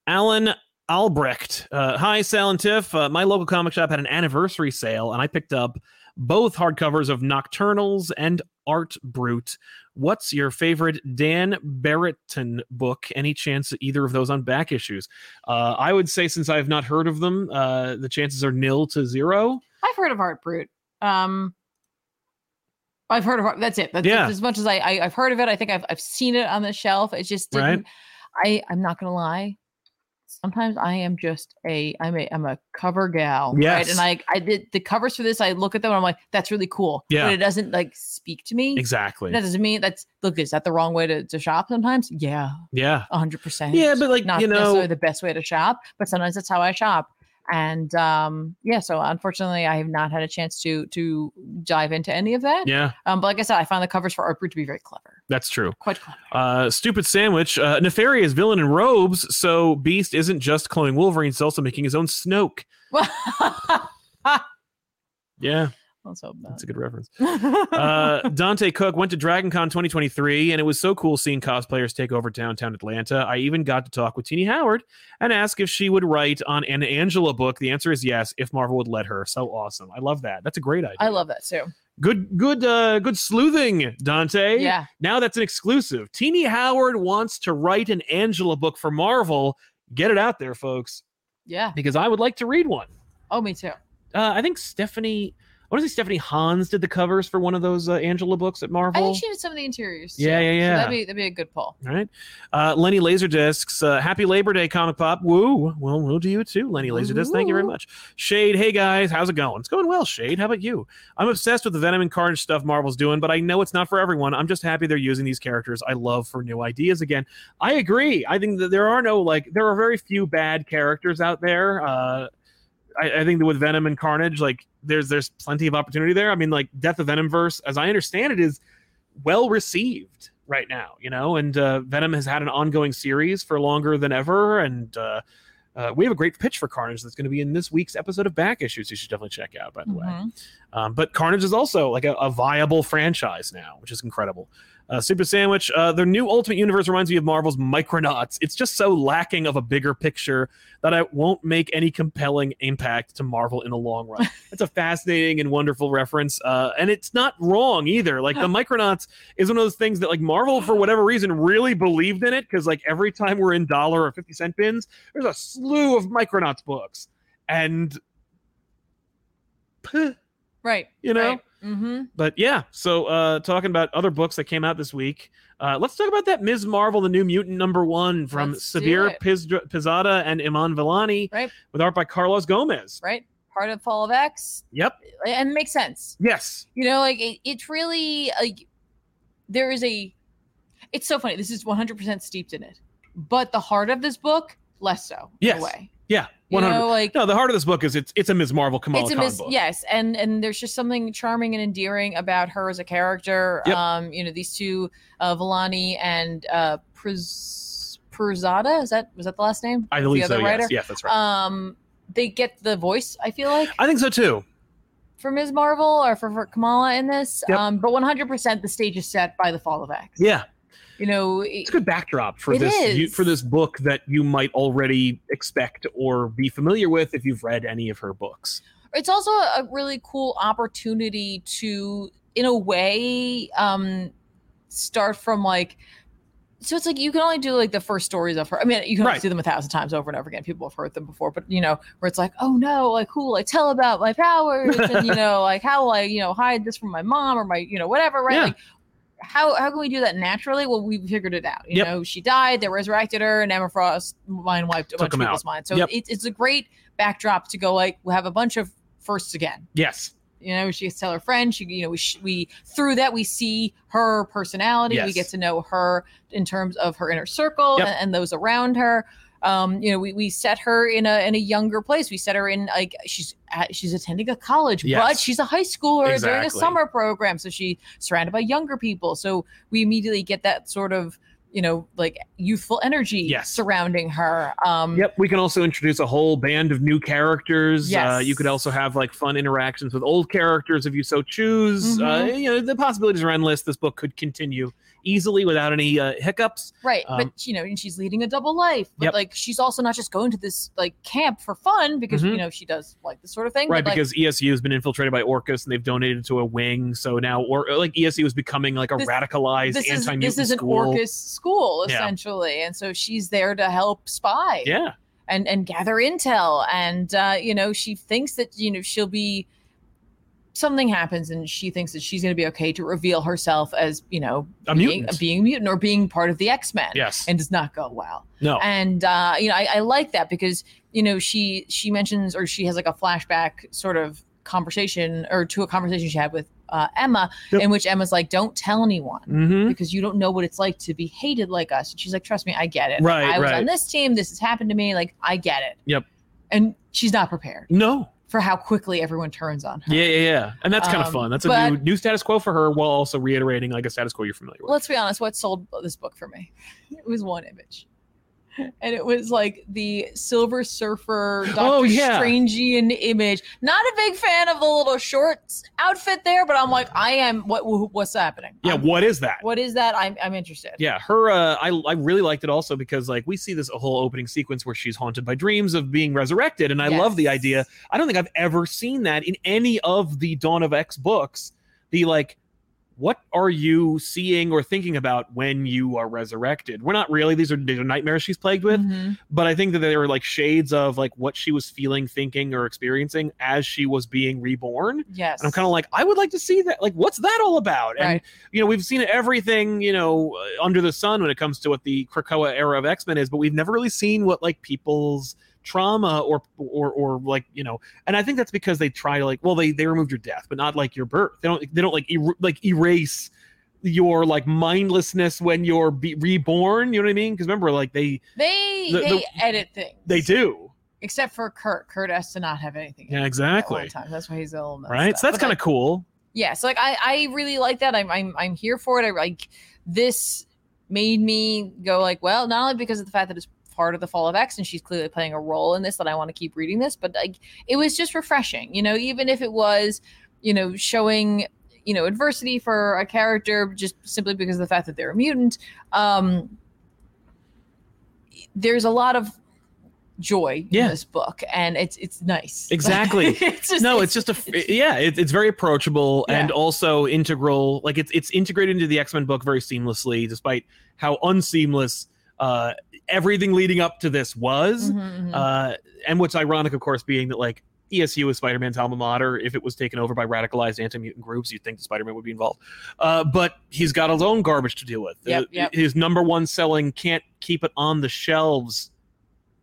Speaker 1: Alan Albrecht. Uh, hi, Sal and Tiff. Uh, my local comic shop had an anniversary sale, and I picked up both hardcovers of Nocturnals and Art Brute. What's your favorite Dan Barretton book? Any chance at either of those on back issues? Uh, I would say since I have not heard of them, uh, the chances are nil to zero.
Speaker 2: I've heard of Heart Brute. Um, I've heard of Heart. That's it. That's, that's
Speaker 1: Yeah.
Speaker 2: as much as I, I I've heard of it. I think I've I've seen it on the shelf. It just
Speaker 1: Right.
Speaker 2: didn't. I I'm not gonna lie. Sometimes I am just a I'm a I'm a cover gal. Right.
Speaker 1: Yes.
Speaker 2: And I I did the covers for this. I look at them and I'm like, that's really cool.
Speaker 1: Yeah.
Speaker 2: But it doesn't like speak to me.
Speaker 1: Exactly.
Speaker 2: That doesn't mean that's look. Is that the wrong way to, to shop? Sometimes, yeah,
Speaker 1: Yeah.
Speaker 2: hundred percent
Speaker 1: Yeah, but like
Speaker 2: not
Speaker 1: you
Speaker 2: necessarily
Speaker 1: know,
Speaker 2: the best way to shop, but sometimes that's how I shop. And um, yeah, so unfortunately, I have not had a chance to to dive into any of
Speaker 1: [LAUGHS]
Speaker 2: that.
Speaker 1: yeah,
Speaker 2: Um, but like I said, I found the covers for Art Brut to be very clever,
Speaker 1: that's true.
Speaker 2: quite clever.
Speaker 1: Uh, stupid sandwich. Uh, nefarious villain in robes. So Beast isn't just cloning Wolverine; he's also making his own Snoke. Yeah,
Speaker 2: [LAUGHS] Let's hope not.
Speaker 1: that's a good [LAUGHS] reference.
Speaker 2: [LAUGHS] uh,
Speaker 1: Uh, Dante Cook went to DragonCon 2023, and it was so cool seeing cosplayers take over downtown Atlanta. I even got to talk with Teeny Howard and ask if she would write on an Angela book. The answer is yes, if Marvel would let her. So awesome! I love that. That's a great idea.
Speaker 2: I love that too.
Speaker 1: good, good, uh, good sleuthing, Dante.
Speaker 2: Yeah,
Speaker 1: Now that's an exclusive. Teeny Howard wants to write an Angela book for Marvel. Get it out there, folks,
Speaker 2: yeah.
Speaker 1: because I would like to read one.
Speaker 2: Oh, me too.
Speaker 1: Uh, I think Stephanie, I want to say Stephanie Hans did the covers for one of those uh, Angela books at
Speaker 2: I
Speaker 1: Marvel.
Speaker 2: think she did some of the interiors. too.
Speaker 1: Yeah, yeah,
Speaker 2: So
Speaker 1: yeah.
Speaker 2: that'd be that'd be a good poll.
Speaker 1: All right. Uh, Lenny Laserdiscs, uh, happy Labor Day, Comic Pop. Woo. Well, we'll do you too, Lenny Laserdisc. Thank you very
Speaker 2: Woo.
Speaker 1: much. Shade, hey guys, how's it going? It's going well, Shade. How about you? I'm obsessed with the Venom and Carnage stuff Marvel's doing, but I know it's not for everyone. I'm just happy they're using these characters I love for new ideas again. I agree. I think that there are no, like, there are very few bad characters out there. Uh, I, I think that with Venom and Carnage, like there's there's plenty of opportunity there. I mean, like Death of Venom verse, as I understand it, is well received right now, you know. And uh, Venom has had an ongoing series for longer than ever, and uh, uh, we have a great pitch for Carnage that's going to be in this week's episode of Back Issues. You should definitely check out, by the way.
Speaker 2: Mhm.
Speaker 1: Um, but Carnage is also like a, a viable franchise now, which is incredible. Uh, Super Sandwich, uh, their new Ultimate Universe reminds me of Marvel's Micronauts. It's just so lacking of a bigger picture that it won't make any compelling impact to Marvel in the long run. That's a fascinating and wonderful reference, uh, and it's not wrong either. Like the Micronauts is one of those things that like Marvel, for whatever reason, really believed in it because like every time we're in dollar or fifty cent bins, there's a slew of Micronauts books, and
Speaker 2: Right.
Speaker 1: you know.
Speaker 2: Right. Mm-hmm.
Speaker 1: But yeah, so uh, talking about other books that came out this week, uh, let's talk about that Ms. Marvel, the New Mutant number one from
Speaker 2: Let's do
Speaker 1: Sabir
Speaker 2: it.
Speaker 1: Piz- Pizzata and Iman Vellani,
Speaker 2: Right.
Speaker 1: with art by Carlos Gomez.
Speaker 2: Right. Part of Fall of X,
Speaker 1: Yep.
Speaker 2: and it makes sense.
Speaker 1: Yes.
Speaker 2: You know, like it, it's really like there is a. It's so funny. This is 100% steeped in it, but the heart of this book, less so. in a
Speaker 1: Yes.
Speaker 2: way.
Speaker 1: Yeah.
Speaker 2: You
Speaker 1: One hundred.
Speaker 2: know, like
Speaker 1: No, the heart of this book is it's it's a Ms. Marvel Kamala
Speaker 2: it's a
Speaker 1: Khan
Speaker 2: mis-
Speaker 1: book.
Speaker 2: yes and and there's just something charming and endearing about her as a character
Speaker 1: Yep.
Speaker 2: um you know these two uh Villani and uh Pruz- Pruzada is that was that the last name
Speaker 1: I believe
Speaker 2: the
Speaker 1: so.
Speaker 2: other writer?
Speaker 1: Yes. yes, that's right.
Speaker 2: um they get the voice I feel like
Speaker 1: I think so too.
Speaker 2: for Ms Marvel or for, for Kamala in this
Speaker 1: Yep.
Speaker 2: um but 100% the stage is set by the fall of X
Speaker 1: Yeah,
Speaker 2: you know it-
Speaker 1: it's a good backdrop for
Speaker 2: It
Speaker 1: this
Speaker 2: is.
Speaker 1: You, for this book that you might already expect or be familiar with if you've read any of her books.
Speaker 2: it's also a really cool opportunity to in a way um start from like so it's like you can only do like the first stories of her. I mean, you can
Speaker 1: Right.
Speaker 2: only do them a thousand times over and over again. People have heard them before, but you know, where it's like, oh no, like who will I tell about my powers?
Speaker 1: [LAUGHS]
Speaker 2: and you know, like how will I, you know, hide this from my mom or my, you know, whatever, right?
Speaker 1: Yeah.
Speaker 2: Like how how can we do that naturally? Well, we figured it out. You
Speaker 1: Yep.
Speaker 2: know, she died, they resurrected her, and Emma Frost mind wiped a
Speaker 1: Took
Speaker 2: bunch of
Speaker 1: them
Speaker 2: people's minds. So
Speaker 1: Yep.
Speaker 2: it, it's a great backdrop to go like we have a bunch of firsts again
Speaker 1: Yes,
Speaker 2: you know she gets to tell her friend she you know we, sh- we through that we see her personality we
Speaker 1: Yes.
Speaker 2: get to know her in terms of her inner circle
Speaker 1: Yep.
Speaker 2: and, and those around her um you know we, we set her in a in a younger place we set her in like she's at, she's attending a college but
Speaker 1: Yes.
Speaker 2: she's a high schooler during a
Speaker 1: Exactly.
Speaker 2: summer program so she's surrounded by younger people so we immediately get that sort of you know like youthful energy
Speaker 1: Yes.
Speaker 2: surrounding her um
Speaker 1: Yep, we can also introduce a whole band of new characters. Uh,
Speaker 2: Yes.
Speaker 1: you could also have like fun interactions with old characters if you so choose. Uh,
Speaker 2: Mhm.
Speaker 1: you know, the possibilities are endless. This book could continue easily without any uh, hiccups.
Speaker 2: Right.
Speaker 1: Um,
Speaker 2: but you know, and she's leading a double life. But
Speaker 1: Yep.
Speaker 2: like she's also not just going to this like camp for fun because
Speaker 1: Mhm.
Speaker 2: you know she does like this sort of thing.
Speaker 1: Right,
Speaker 2: but, like,
Speaker 1: because ESU has been infiltrated by Orcus and they've donated to a wing. So now, or uh, like ESU is becoming like a
Speaker 2: This-
Speaker 1: radicalized
Speaker 2: this is
Speaker 1: anti-mutant
Speaker 2: this is an
Speaker 1: school.
Speaker 2: Orcus school
Speaker 1: Yeah.
Speaker 2: essentially. And so she's there to help spy
Speaker 1: Yeah,
Speaker 2: and, and gather intel. And uh, you know, she thinks that, you know, she'll be something happens and she thinks that she's gonna be okay to reveal herself as, you know,
Speaker 1: a
Speaker 2: being,
Speaker 1: mutant.
Speaker 2: being a mutant or being part of the X-Men.
Speaker 1: yes.
Speaker 2: And does not go well.
Speaker 1: no.
Speaker 2: and uh, you know I, I like that because you know she she mentions or she has like a flashback sort of conversation or to a conversation she had with uh, Emma
Speaker 1: Yep.
Speaker 2: in which Emma's like don't tell anyone
Speaker 1: mm-hmm.
Speaker 2: because you don't know what it's like to be hated like us and she's like trust me I get it
Speaker 1: Right,
Speaker 2: I was
Speaker 1: right.
Speaker 2: on this team this has happened to me like I get it
Speaker 1: Yep.
Speaker 2: and she's not prepared
Speaker 1: No.
Speaker 2: for how quickly everyone turns on her
Speaker 1: Yeah, yeah, yeah. And that's kind of
Speaker 2: Um,
Speaker 1: fun. That's a
Speaker 2: but-
Speaker 1: new new status quo for her, while also reiterating like a status quo you're familiar with.
Speaker 2: let's be honest what sold this book for me it was one image and it was like the silver surfer
Speaker 1: [GASPS]
Speaker 2: dr
Speaker 1: Oh, yeah.
Speaker 2: strangian image not a big fan of the little shorts outfit there but i'm like i am what what's happening
Speaker 1: Yeah,
Speaker 2: I'm-
Speaker 1: what is that?
Speaker 2: what is that i'm, I'm interested
Speaker 1: yeah her uh, I, I really liked it also because like we see this whole opening sequence where she's haunted by dreams of being resurrected and i love the
Speaker 2: Yes.
Speaker 1: idea i don't think i've ever seen that in any of the dawn of x books the like what are you seeing or thinking about when you are resurrected we're not really these are, these are nightmares she's plagued with
Speaker 2: Mhm.
Speaker 1: but i think that they were like shades of like what she was feeling thinking or experiencing as she was being reborn
Speaker 2: yes
Speaker 1: and I'm kind of like, I would like to see that. Like, what's that all about? And
Speaker 2: Right.
Speaker 1: you know, we've seen everything, you know, uh, under the sun when it comes to what the Krakoa era of X Men is, but we've never really seen what like people's trauma or or or like you know. And I think that's because they try to like, well, they they removed your death, but not like your birth. They don't they don't like er- like erase your like mindlessness when you're be- reborn. You know what I mean? Because remember, like they
Speaker 2: they
Speaker 1: the-
Speaker 2: they edit things
Speaker 1: they do.
Speaker 2: except for kurt kurt has to not have anything
Speaker 1: Yeah,
Speaker 2: at all
Speaker 1: exactly.
Speaker 2: times. that's why he's a little messed
Speaker 1: Right.
Speaker 2: up.
Speaker 1: So that's
Speaker 2: But,
Speaker 1: kind of cool.
Speaker 2: yeah so like i i really like that i'm i'm, I'm here for it i like this made me go like well not only because of the fact that it's part of the fall of x and she's clearly playing a role in this that i want to keep reading this but like it was just refreshing you know even if it was you know showing you know adversity for a character just simply because of the fact that they're a mutant um there's a lot of joy
Speaker 1: Yeah.
Speaker 2: in this book and it's it's nice [LAUGHS]
Speaker 1: Exactly.
Speaker 2: it's [LAUGHS] just
Speaker 1: no, it's just a f- yeah. It, it's very approachable and
Speaker 2: Yeah.
Speaker 1: also integral. Like it's it's integrated into the X Men book very seamlessly, despite how unseamless uh, everything leading up to this was.
Speaker 2: Mhm, mhm.
Speaker 1: Uh, and what's ironic, of course, being that like ESU is Spider Man's alma mater. If it was taken over by radicalized anti mutant groups, you'd think that Spider Man would be involved. Uh, but he's got his own garbage to deal with.
Speaker 2: Yep,
Speaker 1: Uh,
Speaker 2: yep.
Speaker 1: His number one selling can't keep it on the shelves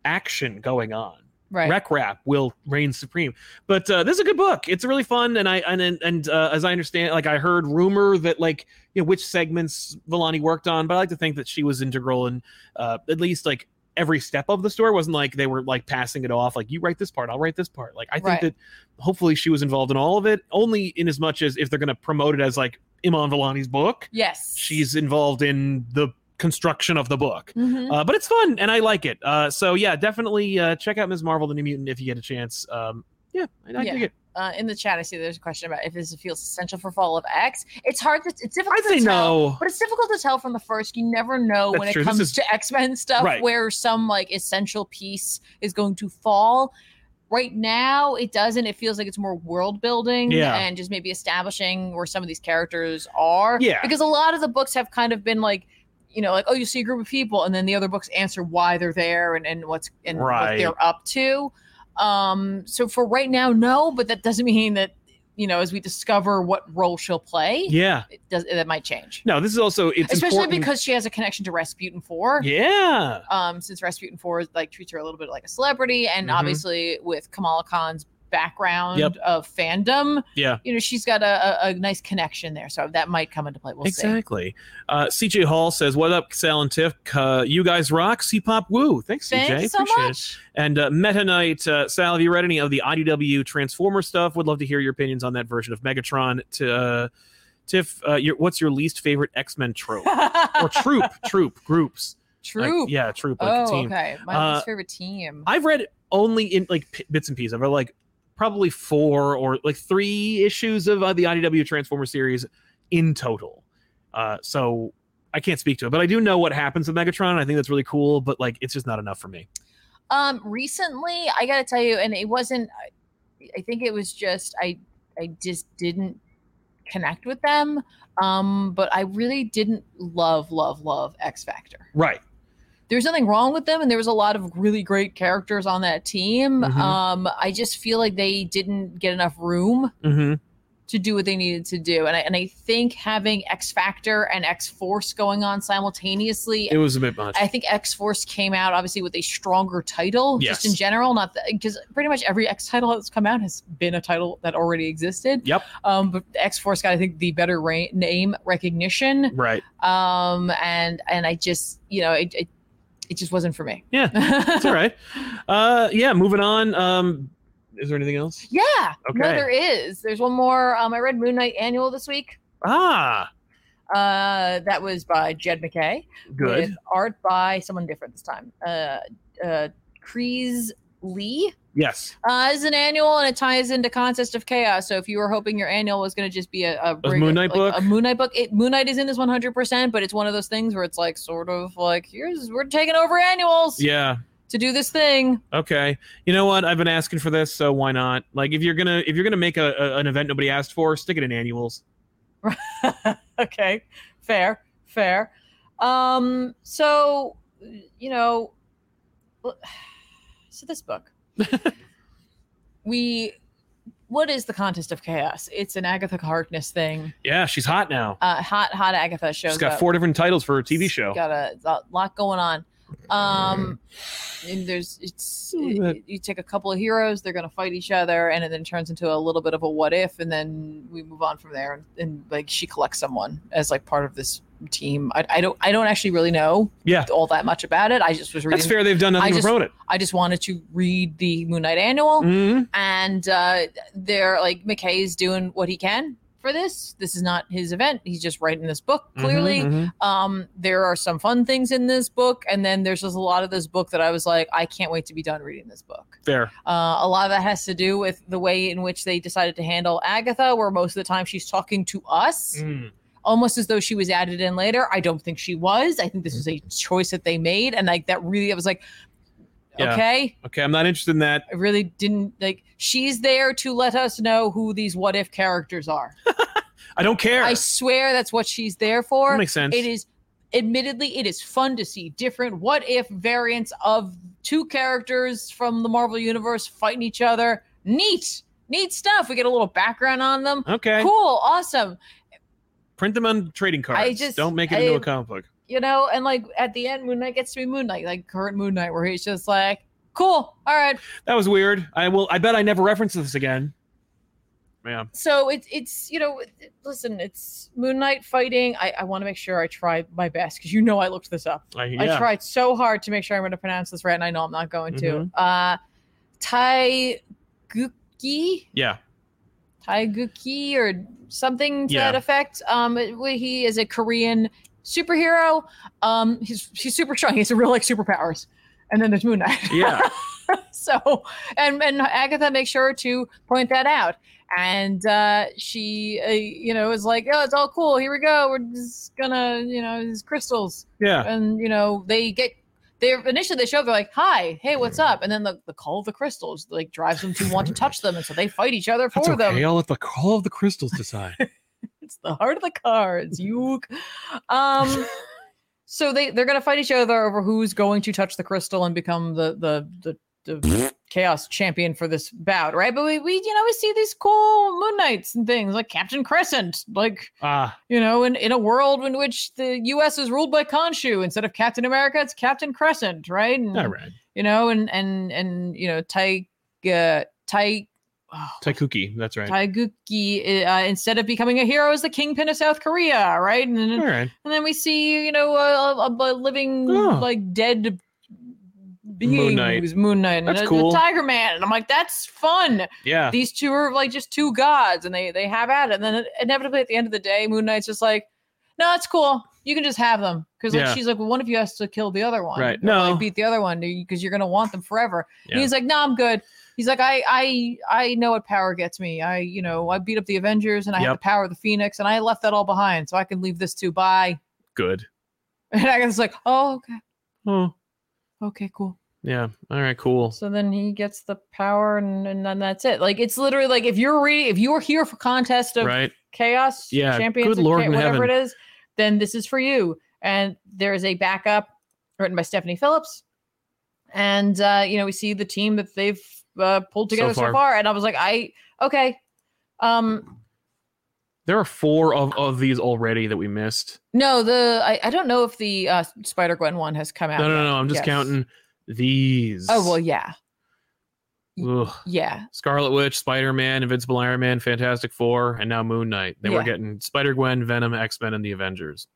Speaker 1: action going on.
Speaker 2: right.
Speaker 1: Rec Rap will reign supreme. But uh, this is a good book. It's really fun, and I and and, and uh, as I understand, like I heard rumor that like you know which segments Villani worked on, but I like to think that she was integral in uh, at least like every step of the story. It wasn't like they were like passing it off like you write this part, I'll write this part. Like I think
Speaker 2: Right.
Speaker 1: that hopefully she was involved in all of it, only in as much as if they're going to promote it as like Iman Villani's book,
Speaker 2: yes.
Speaker 1: she's involved in the construction of the book.
Speaker 2: Mhm.
Speaker 1: Uh, but it's fun and I like it. Uh, so yeah, definitely uh, check out Ms. Marvel: The New Mutant if you get a chance. Um, yeah, I, I
Speaker 2: Yeah.
Speaker 1: dig it.
Speaker 2: Uh, in the chat, I see there's a question about if this feels essential for Fall of X. It's hard. To, it's difficult
Speaker 1: I'd say
Speaker 2: to tell.
Speaker 1: no.
Speaker 2: But it's difficult to tell from the first. You never know when
Speaker 1: That's
Speaker 2: it
Speaker 1: true. This
Speaker 2: comes
Speaker 1: is-
Speaker 2: to X Men stuff
Speaker 1: Right.
Speaker 2: where some like essential piece is going to fall. Right now, it doesn't. It feels like it's more world building
Speaker 1: Yeah.
Speaker 2: and just maybe establishing where some of these characters are.
Speaker 1: Yeah.
Speaker 2: Because a lot of the books have kind of been like, you know, like, oh, you see a group of people, and then the other books answer why they're there and, and what's and what
Speaker 1: Right.
Speaker 2: they're up to. Um, so for right now, no, but that doesn't [LAUGHS] mean that, you know, as we discover what role she'll play,
Speaker 1: Yeah.
Speaker 2: it does that might change
Speaker 1: No, this is also it's
Speaker 2: especially
Speaker 1: important-
Speaker 2: because she has a connection to Rasputin Four.
Speaker 1: yeah.
Speaker 2: Um, since Rasputin Four is, like treats her a little bit like a celebrity, and
Speaker 1: Mhm.
Speaker 2: obviously with Kamala Khan's background
Speaker 1: Yep.
Speaker 2: of fandom,
Speaker 1: Yeah.
Speaker 2: you know she's got a, a, a nice connection there, so that might come into play. We'll
Speaker 1: Exactly. Uh, CJ Hall says, "What up, Sal and Tiff? Uh, you guys rock. C-pop, woo! Thanks,
Speaker 2: see. Thank
Speaker 1: CJ.
Speaker 2: you so
Speaker 1: Appreciate it.
Speaker 2: much. [LAUGHS]
Speaker 1: And uh, Meta Knight, uh, Sal, have you read any of the IDW Transformer stuff? Would love to hear your opinions on that version of Megatron. To, uh, Tiff, uh, your, what's your least favorite X Men
Speaker 2: [LAUGHS]
Speaker 1: trope or troop? Troop groups. Like,
Speaker 2: True.
Speaker 1: yeah, troop. Like a
Speaker 2: oh,
Speaker 1: team.
Speaker 2: okay. My
Speaker 1: Uh,
Speaker 2: least favorite team.
Speaker 1: I've read only in like p- bits and pieces. I've read like probably four or like three issues of uh, the IDW Transformer series in total. Uh, so I can't speak to it, but I do know what happens with Megatron. and I think that's really cool, but like it's just not enough for me.
Speaker 2: Um, recently, I gotta tell you, and it wasn't. I- I think it was just I. I just didn't connect with them. Um, but I really didn't love, love, love X Factor.
Speaker 1: Right.
Speaker 2: There's nothing wrong with them, and there was a lot of really great characters on that team.
Speaker 1: Mhm.
Speaker 2: Um, I just feel like they didn't get enough room
Speaker 1: Mm-hmm.
Speaker 2: to do what they needed to do, and I and I think having X Factor and X Force going on simultaneously
Speaker 1: It was a bit much.
Speaker 2: I think X Force came out obviously with a stronger title, just in
Speaker 1: Yes.
Speaker 2: general, not because pretty much every X title that's come out has been a title that already existed.
Speaker 1: Yep.
Speaker 2: Um, but X Force got I think the better ra- name recognition. [LAUGHS]
Speaker 1: right.
Speaker 2: Um, and and I just you know it it, it just wasn't for me.
Speaker 1: Yeah, That's all right. Uh, yeah. Moving on. Um, is there anything else?
Speaker 2: [LAUGHS] Yeah. No,
Speaker 1: Okay.
Speaker 2: there is. There's one more. Um, I read Moon Knight Annual this week.
Speaker 1: Ah,
Speaker 2: Uh, that was by Jed McKay.
Speaker 1: good.
Speaker 2: with art by someone different this time. Uh, uh, Kreese Lee.
Speaker 1: Yes.
Speaker 2: Uh, it's an annual and it ties into Contest of Chaos. So if you were hoping your annual was going to just be a, a, rig-
Speaker 1: Moon Knight
Speaker 2: like,
Speaker 1: book?
Speaker 2: a Moon Knight book, it, Moon Knight is in this 100%, but it's one of those things where it's like sort of like, here's, we're taking over annuals
Speaker 1: Yeah.
Speaker 2: to do this thing.
Speaker 1: Okay. You know what? I've been asking for this, so why not? Like, if you're gonna if you're gonna make a, a- an event nobody asked for, stick it in annuals.
Speaker 2: [LAUGHS] okay. Fair. Fair. Um, so, you know, well, so
Speaker 1: [LAUGHS]
Speaker 2: this book, we, what is the Contest of Chaos? It's an Agatha Harkness thing.
Speaker 1: Yeah, she's hot now.
Speaker 2: Uh, hot, hot Agatha shows
Speaker 1: She's got
Speaker 2: up.
Speaker 1: four different titles for her TV show.
Speaker 2: Got a, a lot going on. Um, and there's it's
Speaker 1: Ooh, that-
Speaker 2: you take a couple of heroes, they're gonna fight each other, and it then turns into a little bit of a what if, and then we move on from there. And, and like she collects someone as like part of this team. I, I don't I don't actually really know
Speaker 1: Yeah.
Speaker 2: all that much about it. I just was reading.
Speaker 1: That's fair. They've done nothing
Speaker 2: I
Speaker 1: to
Speaker 2: just- Oh,
Speaker 1: promote it.
Speaker 2: I just wanted to read the Moon Knight Annual
Speaker 1: Mhm.
Speaker 2: and uh, they're like McKay's doing what he can for this. This is not his event. He's just writing this book. Clearly,
Speaker 1: Mhm, mhm.
Speaker 2: um, there are some fun things in this book, and then there's just a lot of this book that I was like, I can't wait to be done reading this book.
Speaker 1: fair.
Speaker 2: Uh, a lot of that has to do with the way in which they decided to handle Agatha, where most of the time she's talking to us
Speaker 1: Mm.
Speaker 2: almost as though she was added in later. I don't think she was. I think
Speaker 1: Mm.
Speaker 2: this was a choice that they made, and like that really, I was like,
Speaker 1: Yeah.
Speaker 2: okay,
Speaker 1: Okay, I'm not interested in that.
Speaker 2: I really didn't like. She's there to let us know who these what if characters are.
Speaker 1: I don't care.
Speaker 2: I swear that's what she's there
Speaker 1: that
Speaker 2: for.
Speaker 1: makes sense.
Speaker 2: It is, admittedly, it is fun to see different what if variants of two characters from the Marvel universe fighting each other. Neat, neat stuff. We get a little background on them.
Speaker 1: Okay.
Speaker 2: Cool, awesome.
Speaker 1: Print them on trading cards.
Speaker 2: I just-
Speaker 1: Don't make it
Speaker 2: I-
Speaker 1: into a comic book.
Speaker 2: You know, and like at the end, Moon Knight gets to be Moon Knight, like current Moon Knight, where he's just like, cool, all right.
Speaker 1: That was weird. I will. I bet I never reference this again. Yeah.
Speaker 2: So it's it's you know, it- it- listen, it's Moon Knight fighting. I, I want to make sure I try my best because you know I looked this up.
Speaker 1: I, yeah.
Speaker 2: I tried so hard to make sure I'm going to pronounce this right, and I know I'm not going
Speaker 1: Mhm.
Speaker 2: to. Uh, Taiguki,
Speaker 1: Yeah.
Speaker 2: Taiguki, or something to
Speaker 1: Yeah.
Speaker 2: that effect. Um, it- well, he is a Korean superhero. Um, he's he's super strong. He's a real like superpowers. And then there's Moon Knight.
Speaker 1: Yeah.
Speaker 2: [LAUGHS] so, and and Agatha makes sure to point that out. And uh, she, uh, you know, is like, oh, it's all cool. Here we go. We're just gonna, you know, these crystals
Speaker 1: Yeah.
Speaker 2: and you know they get they're initially they show up they're like hi hey what's up and then the, the call of the crystals like drives them to want to touch them and so they fight each other for
Speaker 1: That's okay.
Speaker 2: them
Speaker 1: I'll let the call of the crystals decide.
Speaker 2: it's the heart of the cards you um so they they're gonna fight each other over who's going to touch the crystal and become the the the, the chaos champion for this bout right but we, we you know we see these cool moon knights and things like captain crescent like
Speaker 1: [LAUGHS] Ah.
Speaker 2: you know, in, in a world in which the U.S. is ruled by Khonshu, instead of Captain America, it's Captain Crescent, right? And,
Speaker 1: all right.
Speaker 2: You know, and and and you know, Tai uh, Tai oh,
Speaker 1: Taikuki. That's right.
Speaker 2: Taiguki uh, instead of becoming a hero is the kingpin of South Korea, right? And
Speaker 1: All right.
Speaker 2: and then we see you know a, a, a living
Speaker 1: Oh.
Speaker 2: like dead being
Speaker 1: Knight.
Speaker 2: who's Moon Knight, and
Speaker 1: That's
Speaker 2: a- a
Speaker 1: cool.
Speaker 2: Tiger Man, and I'm like, that's fun
Speaker 1: Yeah.
Speaker 2: these two are like just two gods and they they have at it and then inevitably at the end of the day moon knight's just like no it's cool you can just have them because like
Speaker 1: Yeah.
Speaker 2: she's like well, one of you has to kill the other one
Speaker 1: Right.
Speaker 2: or, like,
Speaker 1: No.
Speaker 2: beat the other one because you're gonna want them forever
Speaker 1: Oh. Yeah.
Speaker 2: and he's like no i'm good he's like i i i know what power gets me i you know i beat up the avengers and i have
Speaker 1: Yep.
Speaker 2: the power of the phoenix and i left that all behind so i can leave this too bye [LAUGHS]
Speaker 1: Good.
Speaker 2: and i was like oh okay
Speaker 1: Oh.
Speaker 2: okay cool
Speaker 1: Yeah. All right. Cool.
Speaker 2: so then he gets the power, and, and then that's it. Like it's literally like if you're reading, if you're here for contest of
Speaker 1: Right.
Speaker 2: chaos,
Speaker 1: Yeah,
Speaker 2: champions,
Speaker 1: good
Speaker 2: of
Speaker 1: Lord
Speaker 2: Cha-
Speaker 1: in
Speaker 2: whatever
Speaker 1: heaven.
Speaker 2: it is, then this is for you. And there is a backup written by Stephanie Phillips, and uh, you know we see the team that they've uh, pulled
Speaker 1: So
Speaker 2: together so far.
Speaker 1: far.
Speaker 2: And I was like, I okay, um,
Speaker 1: There are four of, of these already that we missed.
Speaker 2: no, the I, I don't know if the uh, Spider Gwen one has come out.
Speaker 1: No,
Speaker 2: yet.
Speaker 1: no, no. I'm just
Speaker 2: Yes.
Speaker 1: counting these.
Speaker 2: Oh well, yeah,
Speaker 1: Ugh.
Speaker 2: yeah,
Speaker 1: Scarlet Witch, Spider Man, Invincible Iron Man, Fantastic Four, and now Moon Knight. Then we're
Speaker 2: Yeah.
Speaker 1: getting Spider Gwen, Venom, X Men, and the Avengers.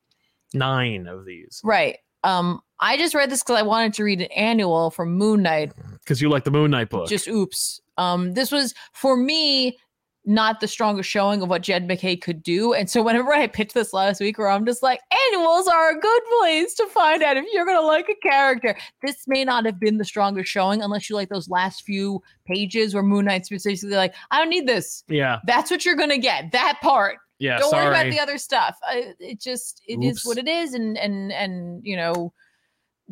Speaker 1: Nine of these.
Speaker 2: right. Um, I just read this because I wanted to read an annual from Moon Knight
Speaker 1: Because you like the Moon Knight book.
Speaker 2: just oops. Um, this was for me not the strongest showing of what Jed McKay could do. And so whenever I pitched this last week, where I'm just like, annuals are a good place to find out if you're gonna like a character. This may not have been the strongest showing unless you like those last few pages where Moon Knight's basically like, I don't need this.
Speaker 1: yeah.
Speaker 2: That's what you're gonna get. That part.
Speaker 1: Yeah.
Speaker 2: don't
Speaker 1: sorry.
Speaker 2: worry about the other stuff. I, it just it is
Speaker 1: Oops.
Speaker 2: what it is, and and and you know,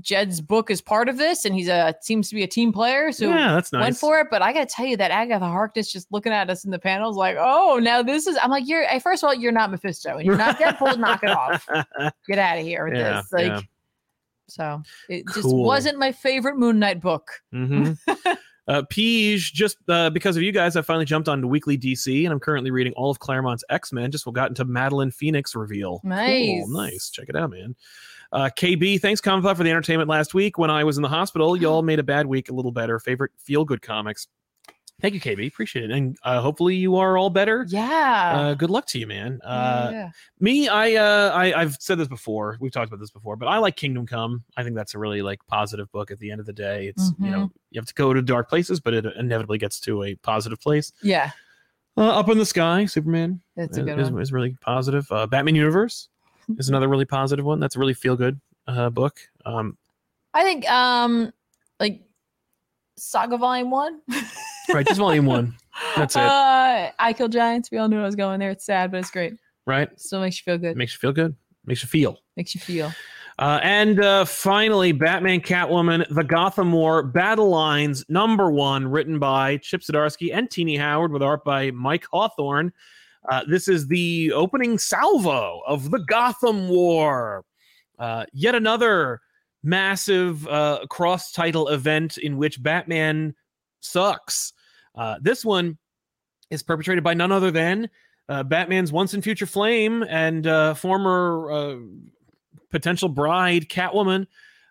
Speaker 2: Jed's book is part of this, and he's a seems to be a team player. So
Speaker 1: yeah, that's nice.
Speaker 2: went for it. But I gotta tell you that Agatha Harkness just looking at us in the panels like, oh, now this is. I'm like, you're eh, first of all, you're not Mephisto, and you're not Deadpool. knock
Speaker 1: [LAUGHS]
Speaker 2: it off. Get out of here with
Speaker 1: Yeah,
Speaker 2: this. Like,
Speaker 1: yeah.
Speaker 2: so it just
Speaker 1: Cool.
Speaker 2: wasn't my favorite Moon Knight book.
Speaker 1: hmm uh, Peach, just uh, because of you guys, I finally jumped onto Weekly DC, and I'm currently reading all of Claremont's X Men. Just got into Madeline Phoenix reveal.
Speaker 2: Nice.
Speaker 1: nice. Check it out, man. Uh, KB, thanks Kamala for the entertainment last week. When I was in the hospital, y'all made a bad week a little better. Favorite feel good comics. Thank you, KB. Appreciate it, and uh, hopefully you are all better.
Speaker 2: Yeah.
Speaker 1: Uh, good luck to you, man.
Speaker 2: Yeah,
Speaker 1: Uh,
Speaker 2: yeah.
Speaker 1: me i uh I, i've said this before we've talked about this before but i like kingdom come i think that's a really like positive book at the end of the day it's you
Speaker 2: Mm-hmm.
Speaker 1: know you have to go to dark places but it inevitably gets to a positive place
Speaker 2: yeah,
Speaker 1: uh, up in the sky superman
Speaker 2: that's a
Speaker 1: is-
Speaker 2: good
Speaker 1: is,
Speaker 2: one.
Speaker 1: is really positive uh, batman universe
Speaker 2: [LAUGHS]
Speaker 1: is another really positive one that's a really feel good uh, book um
Speaker 2: I think um like Saga Volume One.
Speaker 1: right just volume
Speaker 2: [LAUGHS]
Speaker 1: one That's it.
Speaker 2: Uh, I kill giants. We all knew I was going there. It's sad, but it's great.
Speaker 1: right
Speaker 2: Still makes you feel
Speaker 1: it
Speaker 2: good.
Speaker 1: makes you feel good makes you feel
Speaker 2: Makes you feel.
Speaker 1: Uh, and uh, finally, Batman, Catwoman, The Gotham War, Battle Lines, number one, written by Chip Zdarsky and Teeny Howard, with art by Mike Hawthorne. Uh, this is the opening salvo of The Gotham War. Uh, yet another massive uh, cross title event in which Batman sucks. Uh, this one is perpetrated by none other than uh, Batman's once and future flame and uh, former uh, potential bride, Catwoman.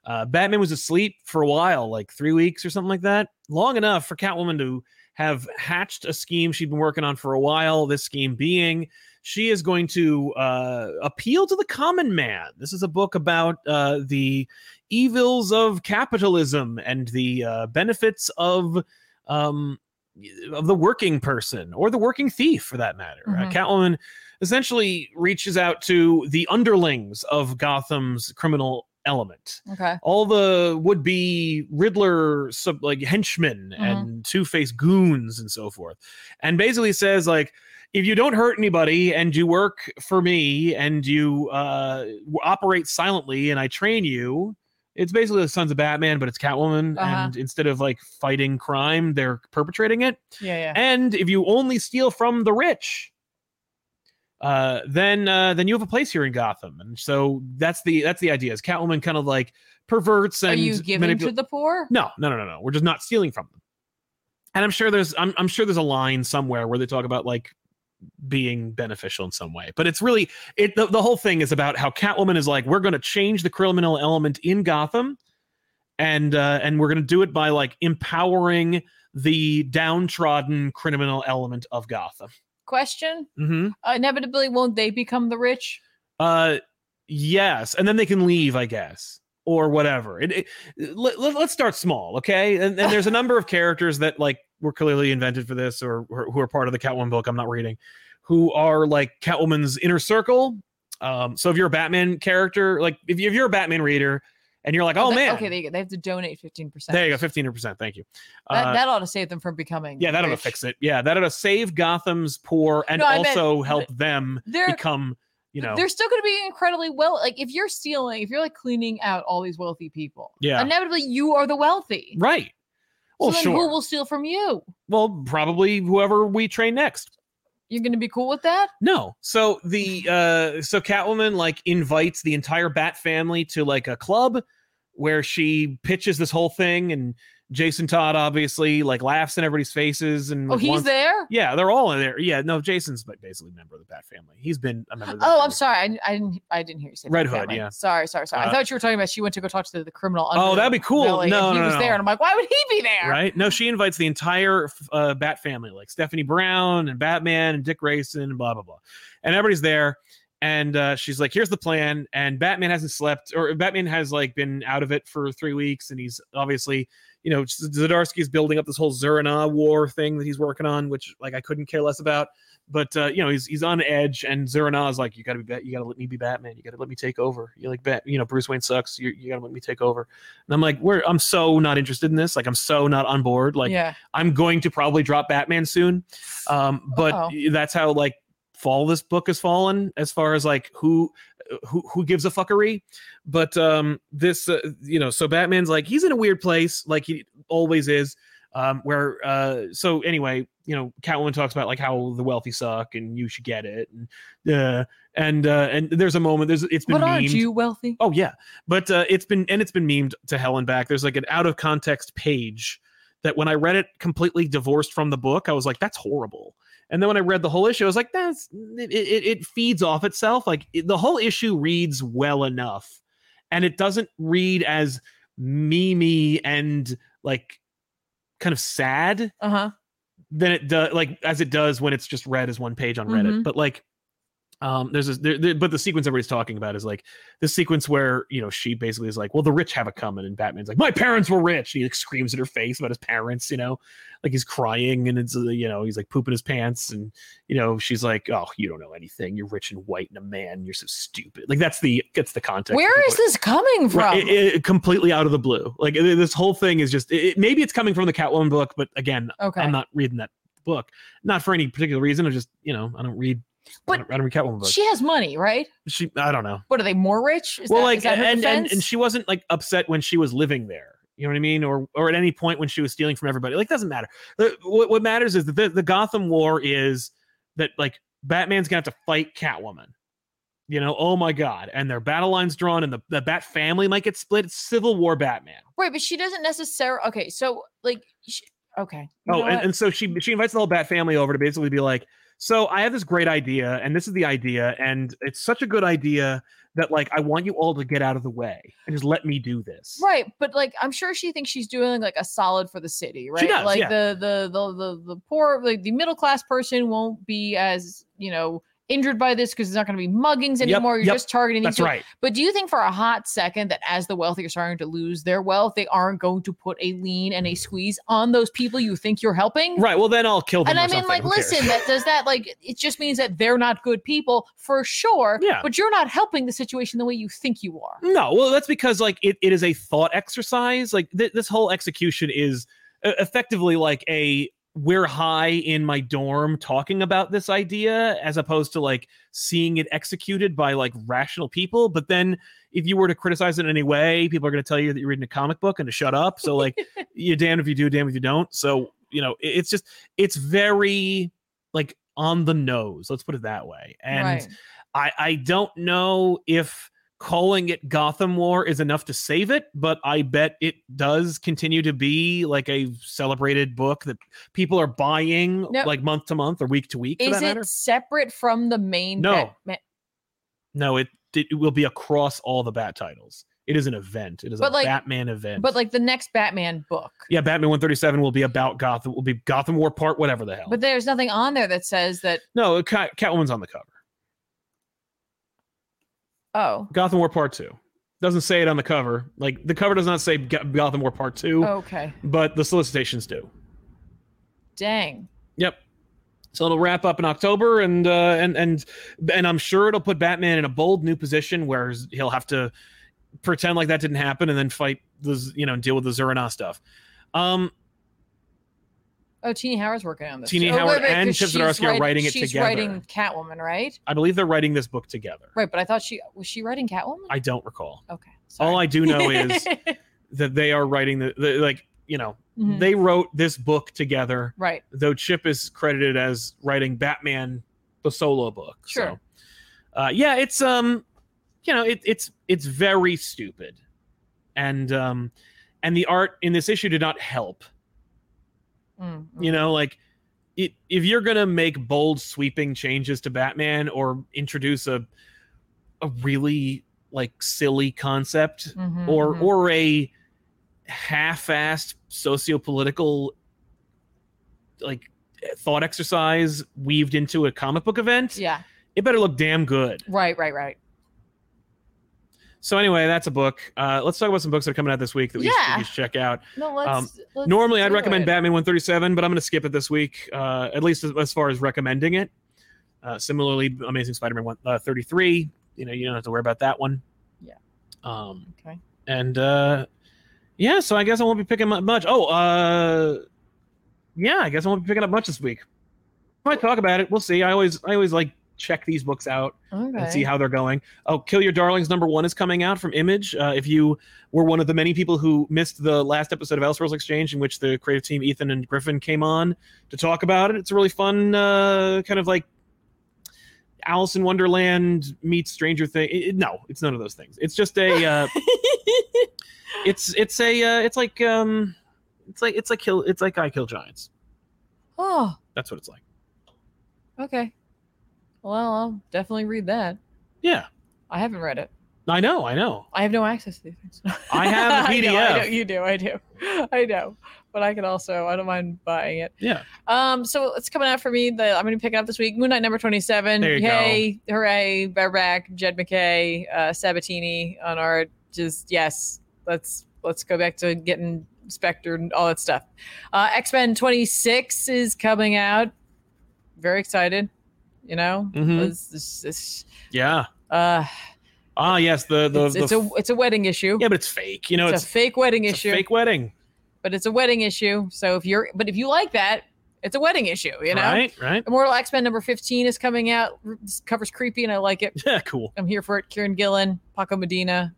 Speaker 1: Uh, Batman was asleep for a while, like three weeks or something like that, long enough for Catwoman to have hatched a scheme she'd been working on for a while. This scheme being she is going to uh, appeal to the common man. This is a book about uh, the evils of capitalism and the uh, benefits of. Um, of the working person or the working thief for that matter. Uh,
Speaker 2: Mhm.
Speaker 1: Catwoman essentially reaches out to the underlings of Gotham's criminal element
Speaker 2: Okay.
Speaker 1: all the would be Riddler sub like henchmen
Speaker 2: Mhm.
Speaker 1: and Two Face goons and so forth, and basically says like, if you don't hurt anybody and you work for me and you uh, w- operate silently and I train you, it's basically the Sons of Batman, but it's Catwoman,
Speaker 2: Uh-huh.
Speaker 1: and instead of like fighting crime, they're perpetrating it.
Speaker 2: Yeah, yeah.
Speaker 1: And if you only steal from the rich, uh, then uh, then you have a place here in Gotham. And so that's the that's the idea. Is Catwoman kind of like perverts and
Speaker 2: Are you giving
Speaker 1: manipul-
Speaker 2: to the poor?
Speaker 1: no, no, no, no, no. We're just not stealing from them. And I'm sure there's I'm, I'm sure there's a line somewhere where they talk about like being beneficial in some way. But it's really it the, the whole thing is about how Catwoman is like we're going to change the criminal element in Gotham and uh and we're going to do it by like empowering the downtrodden criminal element of Gotham.
Speaker 2: Question.
Speaker 1: Mhm.
Speaker 2: Uh, inevitably, won't they become the rich?
Speaker 1: Uh yes, and then they can leave, I guess, or whatever. It, it, let, let, us start small, okay? And, and there's a number of characters that like were clearly invented for this, or, or who are part of the Catwoman book. I'm not reading, who are like Catwoman's inner circle. Um, so if you're a Batman character, like if, you, if you're a Batman reader, and you're like, oh,
Speaker 2: they-
Speaker 1: man,
Speaker 2: Okay, they, they have to donate fifteen percent.
Speaker 1: there you go, fifteen percent, thank you.
Speaker 2: That,
Speaker 1: Uh,
Speaker 2: that ought to save them from becoming.
Speaker 1: yeah, that'll
Speaker 2: rich.
Speaker 1: fix it. Yeah, that'll save Gotham's poor and
Speaker 2: No, I meant-
Speaker 1: also help them
Speaker 2: They're
Speaker 1: become, you know,
Speaker 2: they're still going to be incredibly well. Like if you're stealing, if you're like cleaning out all these wealthy people,
Speaker 1: Yeah.
Speaker 2: inevitably you are the wealthy.
Speaker 1: right. Well,
Speaker 2: so then
Speaker 1: sure.
Speaker 2: who will steal from you?
Speaker 1: Well, probably whoever we train next.
Speaker 2: You're going to be cool with that?
Speaker 1: No. So the uh so Catwoman like invites the entire Bat family to like a club where she pitches this whole thing and Jason Todd obviously like laughs in everybody's faces and
Speaker 2: Oh,
Speaker 1: like,
Speaker 2: he's
Speaker 1: wants-
Speaker 2: there.
Speaker 1: Yeah, they're all in there. Yeah, no, Jason's like basically a member of the Bat family. He's been a member of the Bat
Speaker 2: Oh, I'm
Speaker 1: family.
Speaker 2: sorry. I, I didn't. I didn't hear you say
Speaker 1: Red
Speaker 2: Black
Speaker 1: Hood,
Speaker 2: Batman.
Speaker 1: yeah.
Speaker 2: Sorry, sorry, sorry.
Speaker 1: Uh,
Speaker 2: I thought you were talking about she went to go talk to the criminal.
Speaker 1: Oh,
Speaker 2: under
Speaker 1: that'd be cool.
Speaker 2: Belly,
Speaker 1: No,
Speaker 2: and he
Speaker 1: no,
Speaker 2: was
Speaker 1: no,
Speaker 2: there, and I'm like, why would he be there?
Speaker 1: Right? No, she invites the entire f- uh, Bat family, like Stephanie Brown and Batman and Dick Grayson and blah blah blah, and everybody's there. And uh, she's like, "Here's the plan." And Batman hasn't slept, or Batman has like been out of it for three weeks, and he's obviously, you know, Z- Zdarsky's building up this whole Zurina war thing that he's working on, which like I couldn't care less about. But uh, you know, he's he's on edge, and Zurina is like, "You gotta be, Bat- you gotta let me be Batman. You gotta let me take over. You like, Bat, you know, Bruce Wayne sucks. You you gotta let me take over." And I'm like, "We're I'm so not interested in this. Like, I'm so not on board. Like,
Speaker 2: yeah.
Speaker 1: I'm going to probably drop Batman soon. Um, but
Speaker 2: Uh-oh.
Speaker 1: that's how like fall this book has fallen as far as like who who who gives a fuckery. But um this uh, you know, so Batman's like he's in a weird place like he always is. Um, where uh so anyway, you know, Catwoman talks about like how the wealthy suck and you should get it and uh and uh and there's a moment there's it's been
Speaker 2: But aren't
Speaker 1: memed.
Speaker 2: you wealthy?
Speaker 1: Oh yeah, but uh, it's been and it's been memed to hell and back. There's like an out of context page that when I read it completely divorced from the book, I was like, that's horrible. And then when I read the whole issue, I was like, that's it. It, it feeds off itself. Like it- the whole issue reads well enough, and it doesn't read as memey and like kind of sad
Speaker 2: Uh huh.
Speaker 1: than it does like as it does when it's just read as one page on Reddit.
Speaker 2: Mhm.
Speaker 1: But like um there's this there, there- but the sequence everybody's talking about is like this sequence where you know she basically is like well the rich have it coming and batman's like my parents were rich and he like screams at her face about his parents you know like he's crying and it's uh, you know he's like pooping his pants and you know she's like oh you don't know anything you're rich and white and a man you're so stupid like that's the that's the context
Speaker 2: Where
Speaker 1: of
Speaker 2: is this coming from?
Speaker 1: Right, it- it- completely out of the blue like it- this whole thing is just it, it- maybe it's coming from the catwoman book but again
Speaker 2: okay.
Speaker 1: I'm not reading that book, not for any particular reason. I just, you know, I don't read. I,
Speaker 2: But
Speaker 1: don't, I don't read Catwoman books.
Speaker 2: she has money, right?
Speaker 1: She, I don't know.
Speaker 2: What are they more rich? Is
Speaker 1: well,
Speaker 2: that-
Speaker 1: like,
Speaker 2: is that her
Speaker 1: and, and and
Speaker 2: defense?
Speaker 1: she wasn't like upset when she was living there. You know what I mean? Or or at any point when she was stealing from everybody. Like, it doesn't matter. The- what what matters is that the, the Gotham War is that like Batman's gonna have to fight Catwoman. You know, oh my God. And their battle lines drawn and the, the Bat family might get split. It's Civil War Batman.
Speaker 2: Right, but she doesn't necessarily. Okay, so like, sh Okay. You
Speaker 1: Oh,
Speaker 2: know
Speaker 1: and,
Speaker 2: what?
Speaker 1: and so she she invites the whole Bat family over to basically be like, so I have this great idea, and this is the idea, and it's such a good idea that like I want you all to get out of the way and just let me do this.
Speaker 2: right, but like I'm sure she thinks she's doing like a solid for the city, right?
Speaker 1: does,
Speaker 2: like
Speaker 1: yeah.
Speaker 2: the, the the the the poor, like the middle class person won't be as you know injured by this because it's not going to be muggings
Speaker 1: Yep,
Speaker 2: anymore. You're
Speaker 1: yep,
Speaker 2: just targeting
Speaker 1: That's
Speaker 2: these people.
Speaker 1: right.
Speaker 2: But do you think for a hot second that as the wealthy are starting to lose their wealth, they aren't going to put a lean and a squeeze on those people you think you're helping?
Speaker 1: Right. Well, then I'll kill them.
Speaker 2: And
Speaker 1: or
Speaker 2: I mean,
Speaker 1: something.
Speaker 2: like,
Speaker 1: Who cares?
Speaker 2: listen, that does that like it just means that they're not good people for sure.
Speaker 1: Yeah.
Speaker 2: But you're not helping the situation the way you think you are.
Speaker 1: No, well, that's because like it, it is a thought exercise. Like th- this whole execution is uh, effectively like a we're high in my dorm talking about this idea as opposed to like seeing it executed by like rational people. But then if you were to criticize it in any way, people are going to tell you that you're reading a comic book and to shut up. So like you're damned if you do, damned if you don't. So you know it- it's just it's very like on the nose. Let's put it that way. And
Speaker 2: right.
Speaker 1: I, I don't know if calling it Gotham War is enough to save it, but I bet it does continue to be like a celebrated book that people are buying
Speaker 2: No.
Speaker 1: like month to month or week to week for
Speaker 2: Is
Speaker 1: that matter.
Speaker 2: it separate from the main
Speaker 1: No.
Speaker 2: Batman-
Speaker 1: No, it, it it will be across all the Bat titles. It is an event. It is
Speaker 2: But,
Speaker 1: a
Speaker 2: like-
Speaker 1: Batman event.
Speaker 2: but like the next Batman book?
Speaker 1: yeah, Batman 137 will be about Gotham. Will be Gotham War part whatever the hell.
Speaker 2: But there's nothing on there that says that.
Speaker 1: no, Cat, Catwoman's on the cover.
Speaker 2: Oh,
Speaker 1: Gotham War part 2. Doesn't say it on the cover. Like the cover does not say Go- Gotham War part 2,
Speaker 2: okay.
Speaker 1: but the solicitations do.
Speaker 2: Dang.
Speaker 1: Yep. So it'll wrap up in October, and uh, and and and I'm sure it'll put Batman in a bold new position where he'll have to pretend like that didn't happen, and then fight the Z- you know deal with the Zurana stuff. Um,
Speaker 2: Oh, Teeny Howard's working on this.
Speaker 1: Teenie
Speaker 2: too. Oh,
Speaker 1: Howard and
Speaker 2: 'cause
Speaker 1: Chip
Speaker 2: she's
Speaker 1: Zdarsky are writing it
Speaker 2: she's
Speaker 1: together.
Speaker 2: writing Catwoman, right?
Speaker 1: I believe they're writing this book together.
Speaker 2: Right, but I thought she was she writing Catwoman.
Speaker 1: I don't recall.
Speaker 2: okay.
Speaker 1: All I do
Speaker 2: [LAUGHS]
Speaker 1: know is that they are writing the, the like you know
Speaker 2: Mhm.
Speaker 1: they wrote this book together.
Speaker 2: right.
Speaker 1: though Chip is credited as writing Batman the solo book.
Speaker 2: Sure.
Speaker 1: So, uh, yeah, it's um, you know, it, it's it's very stupid, and um, and the art in this issue did not help.
Speaker 2: Mm, mm.
Speaker 1: You know, like it, if you're gonna make bold sweeping changes to Batman or introduce a a really like silly concept
Speaker 2: Mhm,
Speaker 1: or
Speaker 2: mhm.
Speaker 1: or a half-assed socio-political like thought exercise weaved into a comic book event
Speaker 2: yeah.
Speaker 1: it better look damn good
Speaker 2: Right. Right. Right.
Speaker 1: so anyway that's a book uh, let's talk about some books that are coming out this week that we, should-
Speaker 2: Yeah.
Speaker 1: we should check out
Speaker 2: No, let's.
Speaker 1: Um,
Speaker 2: let's
Speaker 1: normally i'd
Speaker 2: do
Speaker 1: recommend
Speaker 2: it.
Speaker 1: batman 137 but i'm going to skip it this week uh, at least as, as far as recommending it uh, similarly amazing spider-man 1, uh, 33 you know you don't have to worry about that one
Speaker 2: Yeah.
Speaker 1: um
Speaker 2: Okay.
Speaker 1: and uh yeah so i guess i won't be picking up much oh uh yeah i guess i won't be picking up much this week i might talk about it we'll see i always i always like check these books out
Speaker 2: Okay.
Speaker 1: and see how they're going oh kill your darlings number one is coming out from image uh, if you were one of the many people who missed the last episode of elseworlds exchange in which the creative team ethan and griffin came on to talk about it it's a really fun uh kind of like alice in wonderland meets stranger thing it- it- no it's none of those things it's just a uh
Speaker 2: [LAUGHS]
Speaker 1: it's it's a uh, it's like um it's like it's like kill it's like I kill giants.
Speaker 2: [LAUGHS] oh,
Speaker 1: That's what it's like.
Speaker 2: okay. Well, I'll definitely read that.
Speaker 1: Yeah,
Speaker 2: I haven't read it.
Speaker 1: I know, I know.
Speaker 2: I have no access to these things. [LAUGHS]
Speaker 1: I have a
Speaker 2: I know, I know,
Speaker 1: PDF.
Speaker 2: you do. I do. [LAUGHS] I know. But I can also. I don't mind buying it.
Speaker 1: Yeah,
Speaker 2: Um. So it's coming out for me. The I'm going to pick it up this week. Moon Knight number twenty-seven.
Speaker 1: There you
Speaker 2: Yay! Hooray! Bear back. Jed McKay. Uh, Sabatini on art. Just yes. Let's let's go back to getting Spectre and all that stuff. Uh, X Men twenty-six is coming out. Very excited. You know.
Speaker 1: Mhm.
Speaker 2: It's- it's- it's,
Speaker 1: yeah.
Speaker 2: uh,
Speaker 1: Ah, yes. The the,
Speaker 2: it's,
Speaker 1: the
Speaker 2: it's a it's a wedding issue.
Speaker 1: yeah, but it's fake. You know,
Speaker 2: it's,
Speaker 1: it's,
Speaker 2: a fake wedding
Speaker 1: it's
Speaker 2: issue.
Speaker 1: a fake wedding.
Speaker 2: but it's a wedding issue. So if you're, but if you like that, it's a wedding issue, you know?
Speaker 1: right, right. [LAUGHS]
Speaker 2: Immortal X Men number 15 is coming out. R- This cover's creepy and I like it.
Speaker 1: Yeah, cool.
Speaker 2: I'm here for it. Kieran Gillen, Paco Medina.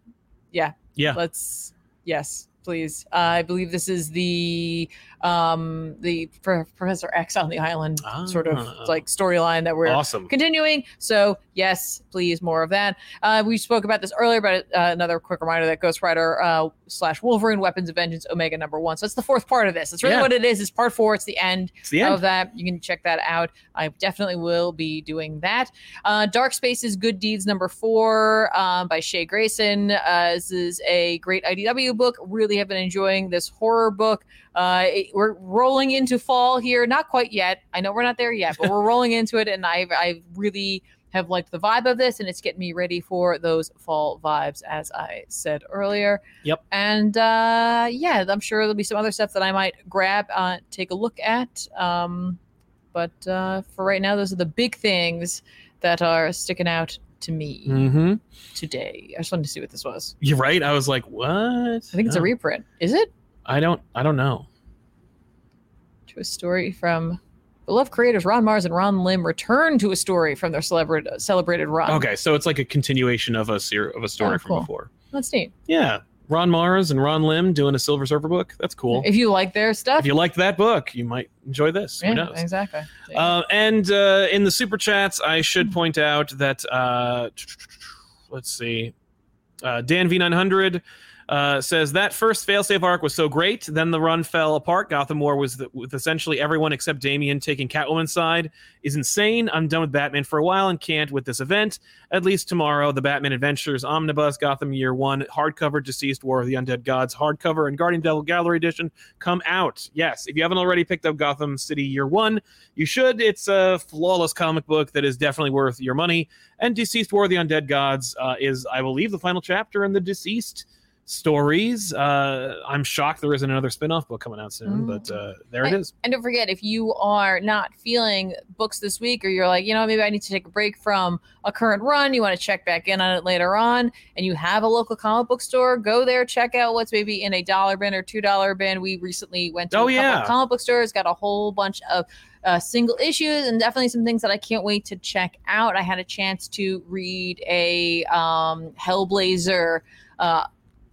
Speaker 2: Yeah.
Speaker 1: Yeah.
Speaker 2: Let's, yes. please. Uh, I believe this is the um, the Pro- Professor X on the island sort of
Speaker 1: Ah.
Speaker 2: like storyline that we're
Speaker 1: awesome.
Speaker 2: continuing. So yes, please more of that. Uh, we spoke about this earlier, but uh, another quick reminder that Ghost Rider uh, slash Wolverine Weapons of Vengeance Omega number one. So that's the fourth part of this. That's really
Speaker 1: Yeah.
Speaker 2: what it is. It's part four. It's the end
Speaker 1: It's the end.
Speaker 2: of that. You can check that out. I definitely will be doing that. Uh, Dark Spaces, Good Deeds number four um, by Shay Grayson. Uh, this is a great IDW book. Really have been enjoying this horror book. Uh, it- we're rolling into fall here. Not quite yet. I know we're not there yet,
Speaker 1: [LAUGHS]
Speaker 2: but we're rolling into it, and I I really have liked the vibe of this, and it's getting me ready for those fall vibes, as I said earlier.
Speaker 1: Yep.
Speaker 2: And uh, yeah, I'm sure there'll be some other stuff that I might grab, uh, take a look at. Um, but uh, for right now, those are the big things that are sticking out to me
Speaker 1: mm-hmm.
Speaker 2: today. I just wanted to see what this was.
Speaker 1: You're right. I was like, what? I
Speaker 2: I think it's a reprint. Is it?
Speaker 1: I don't. I don't know.
Speaker 2: to a story from beloved creators Ron Mars and Ron Lim return to a story from their celebrated celebrated run.
Speaker 1: Okay, so it's like a continuation of a ser- of a story
Speaker 2: Uh, Oh,
Speaker 1: from
Speaker 2: cool.
Speaker 1: before.
Speaker 2: that's neat.
Speaker 1: Yeah, Ron Mars and Ron Lim doing a Silver Surfer book. That's cool.
Speaker 2: If you like their stuff,
Speaker 1: If you liked that book, you might enjoy this. Who
Speaker 2: yeah,
Speaker 1: knows?
Speaker 2: exactly.
Speaker 1: Uh, and uh, in the super chats, I should point out that uh, let's see, uh, Dan V nine hundred. Uh, says that first failsafe arc was so great, then the run fell apart. Gotham War was the, with essentially everyone except Damien taking Catwoman's side is insane. I'm done with Batman for a while and can't with this event. At least tomorrow, the Batman Adventures Omnibus, Gotham Year One hardcover, Deceased War of the Undead Gods hardcover, and Guardian Devil Gallery Edition come out. Yes, if you haven't already picked up Gotham City Year One, you should. It's a flawless comic book that is definitely worth your money. And Deceased War of the Undead Gods uh, is, I believe, the final chapter in the Deceased stories. Uh, I'm shocked there isn't another spin off book coming out soon,
Speaker 2: Mm.
Speaker 1: but uh, there it
Speaker 2: I-
Speaker 1: is.
Speaker 2: and don't forget, if you are not feeling books this week, or you're like, you know, maybe I need to take a break from a current run, you want to check back in on it later on, and you have a local comic book store, go there, check out what's maybe in a dollar bin or two dollar bin. We recently went to
Speaker 1: Oh,
Speaker 2: a couple of
Speaker 1: yeah.
Speaker 2: comic book stores, got a whole bunch of uh, single issues, and definitely some things that I can't wait to check out. I had a chance to read a um, Hellblazer. Uh,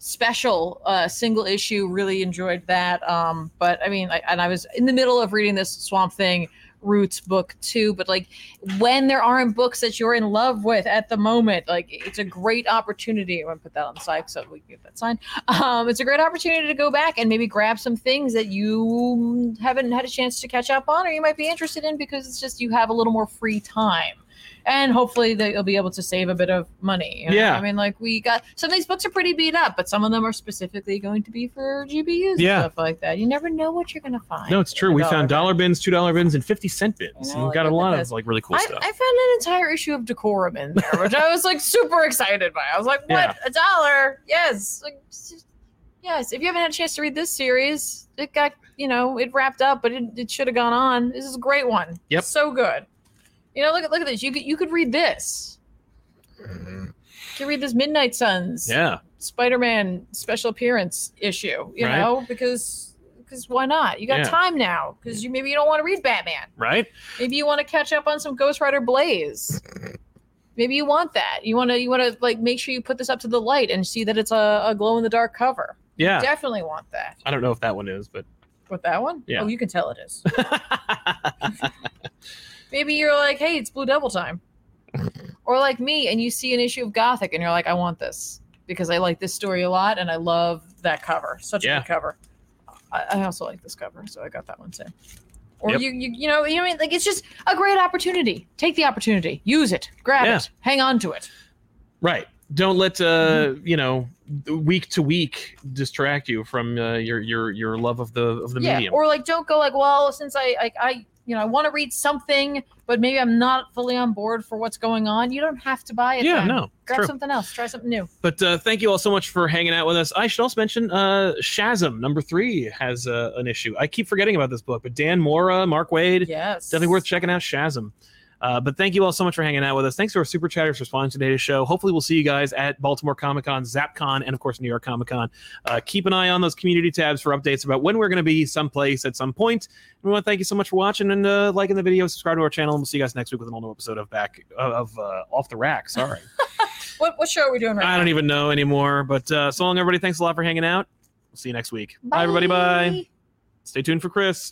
Speaker 2: special uh, single issue. Really enjoyed that. Um, but I mean, I, and I was in the middle of reading this Swamp Thing Roots book too. But like, when there aren't books that you're in love with at the moment, like it's a great opportunity. I'm gonna put that on the side so we can get that sign. Um, it's a great opportunity to go back and maybe grab some things that you haven't had a chance to catch up on, or you might be interested in because it's just you have a little more free time. And hopefully that you'll be able to save a bit of money. you know?
Speaker 1: Yeah.
Speaker 2: I mean, like we got some of these books are pretty beat up, but some of them are specifically going to be for GBUs
Speaker 1: Yeah.
Speaker 2: and stuff like that. You never know what you're gonna find.
Speaker 1: No, it's true.
Speaker 2: in a
Speaker 1: We
Speaker 2: dollar
Speaker 1: found
Speaker 2: bin.
Speaker 1: dollar bins, two dollar bins, and fifty cent bins.
Speaker 2: I
Speaker 1: And
Speaker 2: know,
Speaker 1: we've got
Speaker 2: like,
Speaker 1: a
Speaker 2: look at
Speaker 1: lot of
Speaker 2: this.
Speaker 1: like really cool
Speaker 2: I,
Speaker 1: stuff.
Speaker 2: I found an entire issue of decorum in there, which I was like super excited by. I was like, "What?
Speaker 1: Yeah.
Speaker 2: A dollar? Yes, like, s- yes." If you haven't had a chance to read this series, it got you know it wrapped up, but it, it should have gone on. This is a great one.
Speaker 1: Yep.
Speaker 2: so good. You know, look at look at this. You could you could read this. You could read this Midnight Suns
Speaker 1: yeah.
Speaker 2: Spider Man special appearance issue. You
Speaker 1: Right.
Speaker 2: know, because because why not? You got
Speaker 1: Yeah.
Speaker 2: time now. Because you maybe you don't want to read Batman.
Speaker 1: Right.
Speaker 2: Maybe you want to catch up on some Ghost Rider Blaze. Maybe you want that. You want to you want to like make sure you put this up to the light and see that it's a, a glow in the dark cover.
Speaker 1: Yeah.
Speaker 2: Definitely want that.
Speaker 1: I don't know if that one
Speaker 2: [LAUGHS]
Speaker 1: is, but
Speaker 2: With that one?
Speaker 1: Yeah.
Speaker 2: Oh, you can tell it is. Maybe you're like, "Hey, it's Blue
Speaker 1: [LAUGHS]
Speaker 2: Devil time." or like me and you see an issue of Gothic and you're like, "I want this because I like this story a lot and I love that cover. Such a
Speaker 1: Yeah.
Speaker 2: good cover." I, I also like this cover, so I got that one too. Or
Speaker 1: Yep.
Speaker 2: you, you you know, you know what I mean like it's just a great opportunity. Take the opportunity. Use it. Grab
Speaker 1: Yeah.
Speaker 2: it. Hang on to it.
Speaker 1: right. Don't let uh
Speaker 2: Mm-hmm.
Speaker 1: you know week to week distract you from uh, your your your love of the of the medium.
Speaker 2: Or like, don't go like, well, since I, I, I you know, I want to read something, but maybe I'm not fully on board for what's going on. You don't have to buy it.
Speaker 1: yeah.
Speaker 2: then.
Speaker 1: No. it's
Speaker 2: Grab
Speaker 1: true.
Speaker 2: something else. Try something new.
Speaker 1: But uh, thank you all so much for hanging out with us. I should also mention uh, Shazam number three has uh, an issue. I keep forgetting about this book, but Dan Mora, Mark Wade,
Speaker 2: Yes.
Speaker 1: definitely worth checking out Shazam. Uh, but thank you all so much for hanging out with us. Thanks to our super chatters for sponsoring today's show. Hopefully, we'll see you guys at Baltimore Comic Con, ZapCon, and of course, New York Comic Con. Uh, keep an eye on those community tabs for updates about when we're going to be someplace at some point. We want to thank you so much for watching and uh, liking the video, subscribe to our channel, and we'll see you guys next week with an all new episode of Back of uh, Off the Rack. Sorry.
Speaker 2: What, what show are we doing right
Speaker 1: I
Speaker 2: now?
Speaker 1: don't even know anymore. But uh, so long, everybody. Thanks a lot for hanging out. We'll see you next week. Bye, everybody. Bye. Stay tuned for Chris.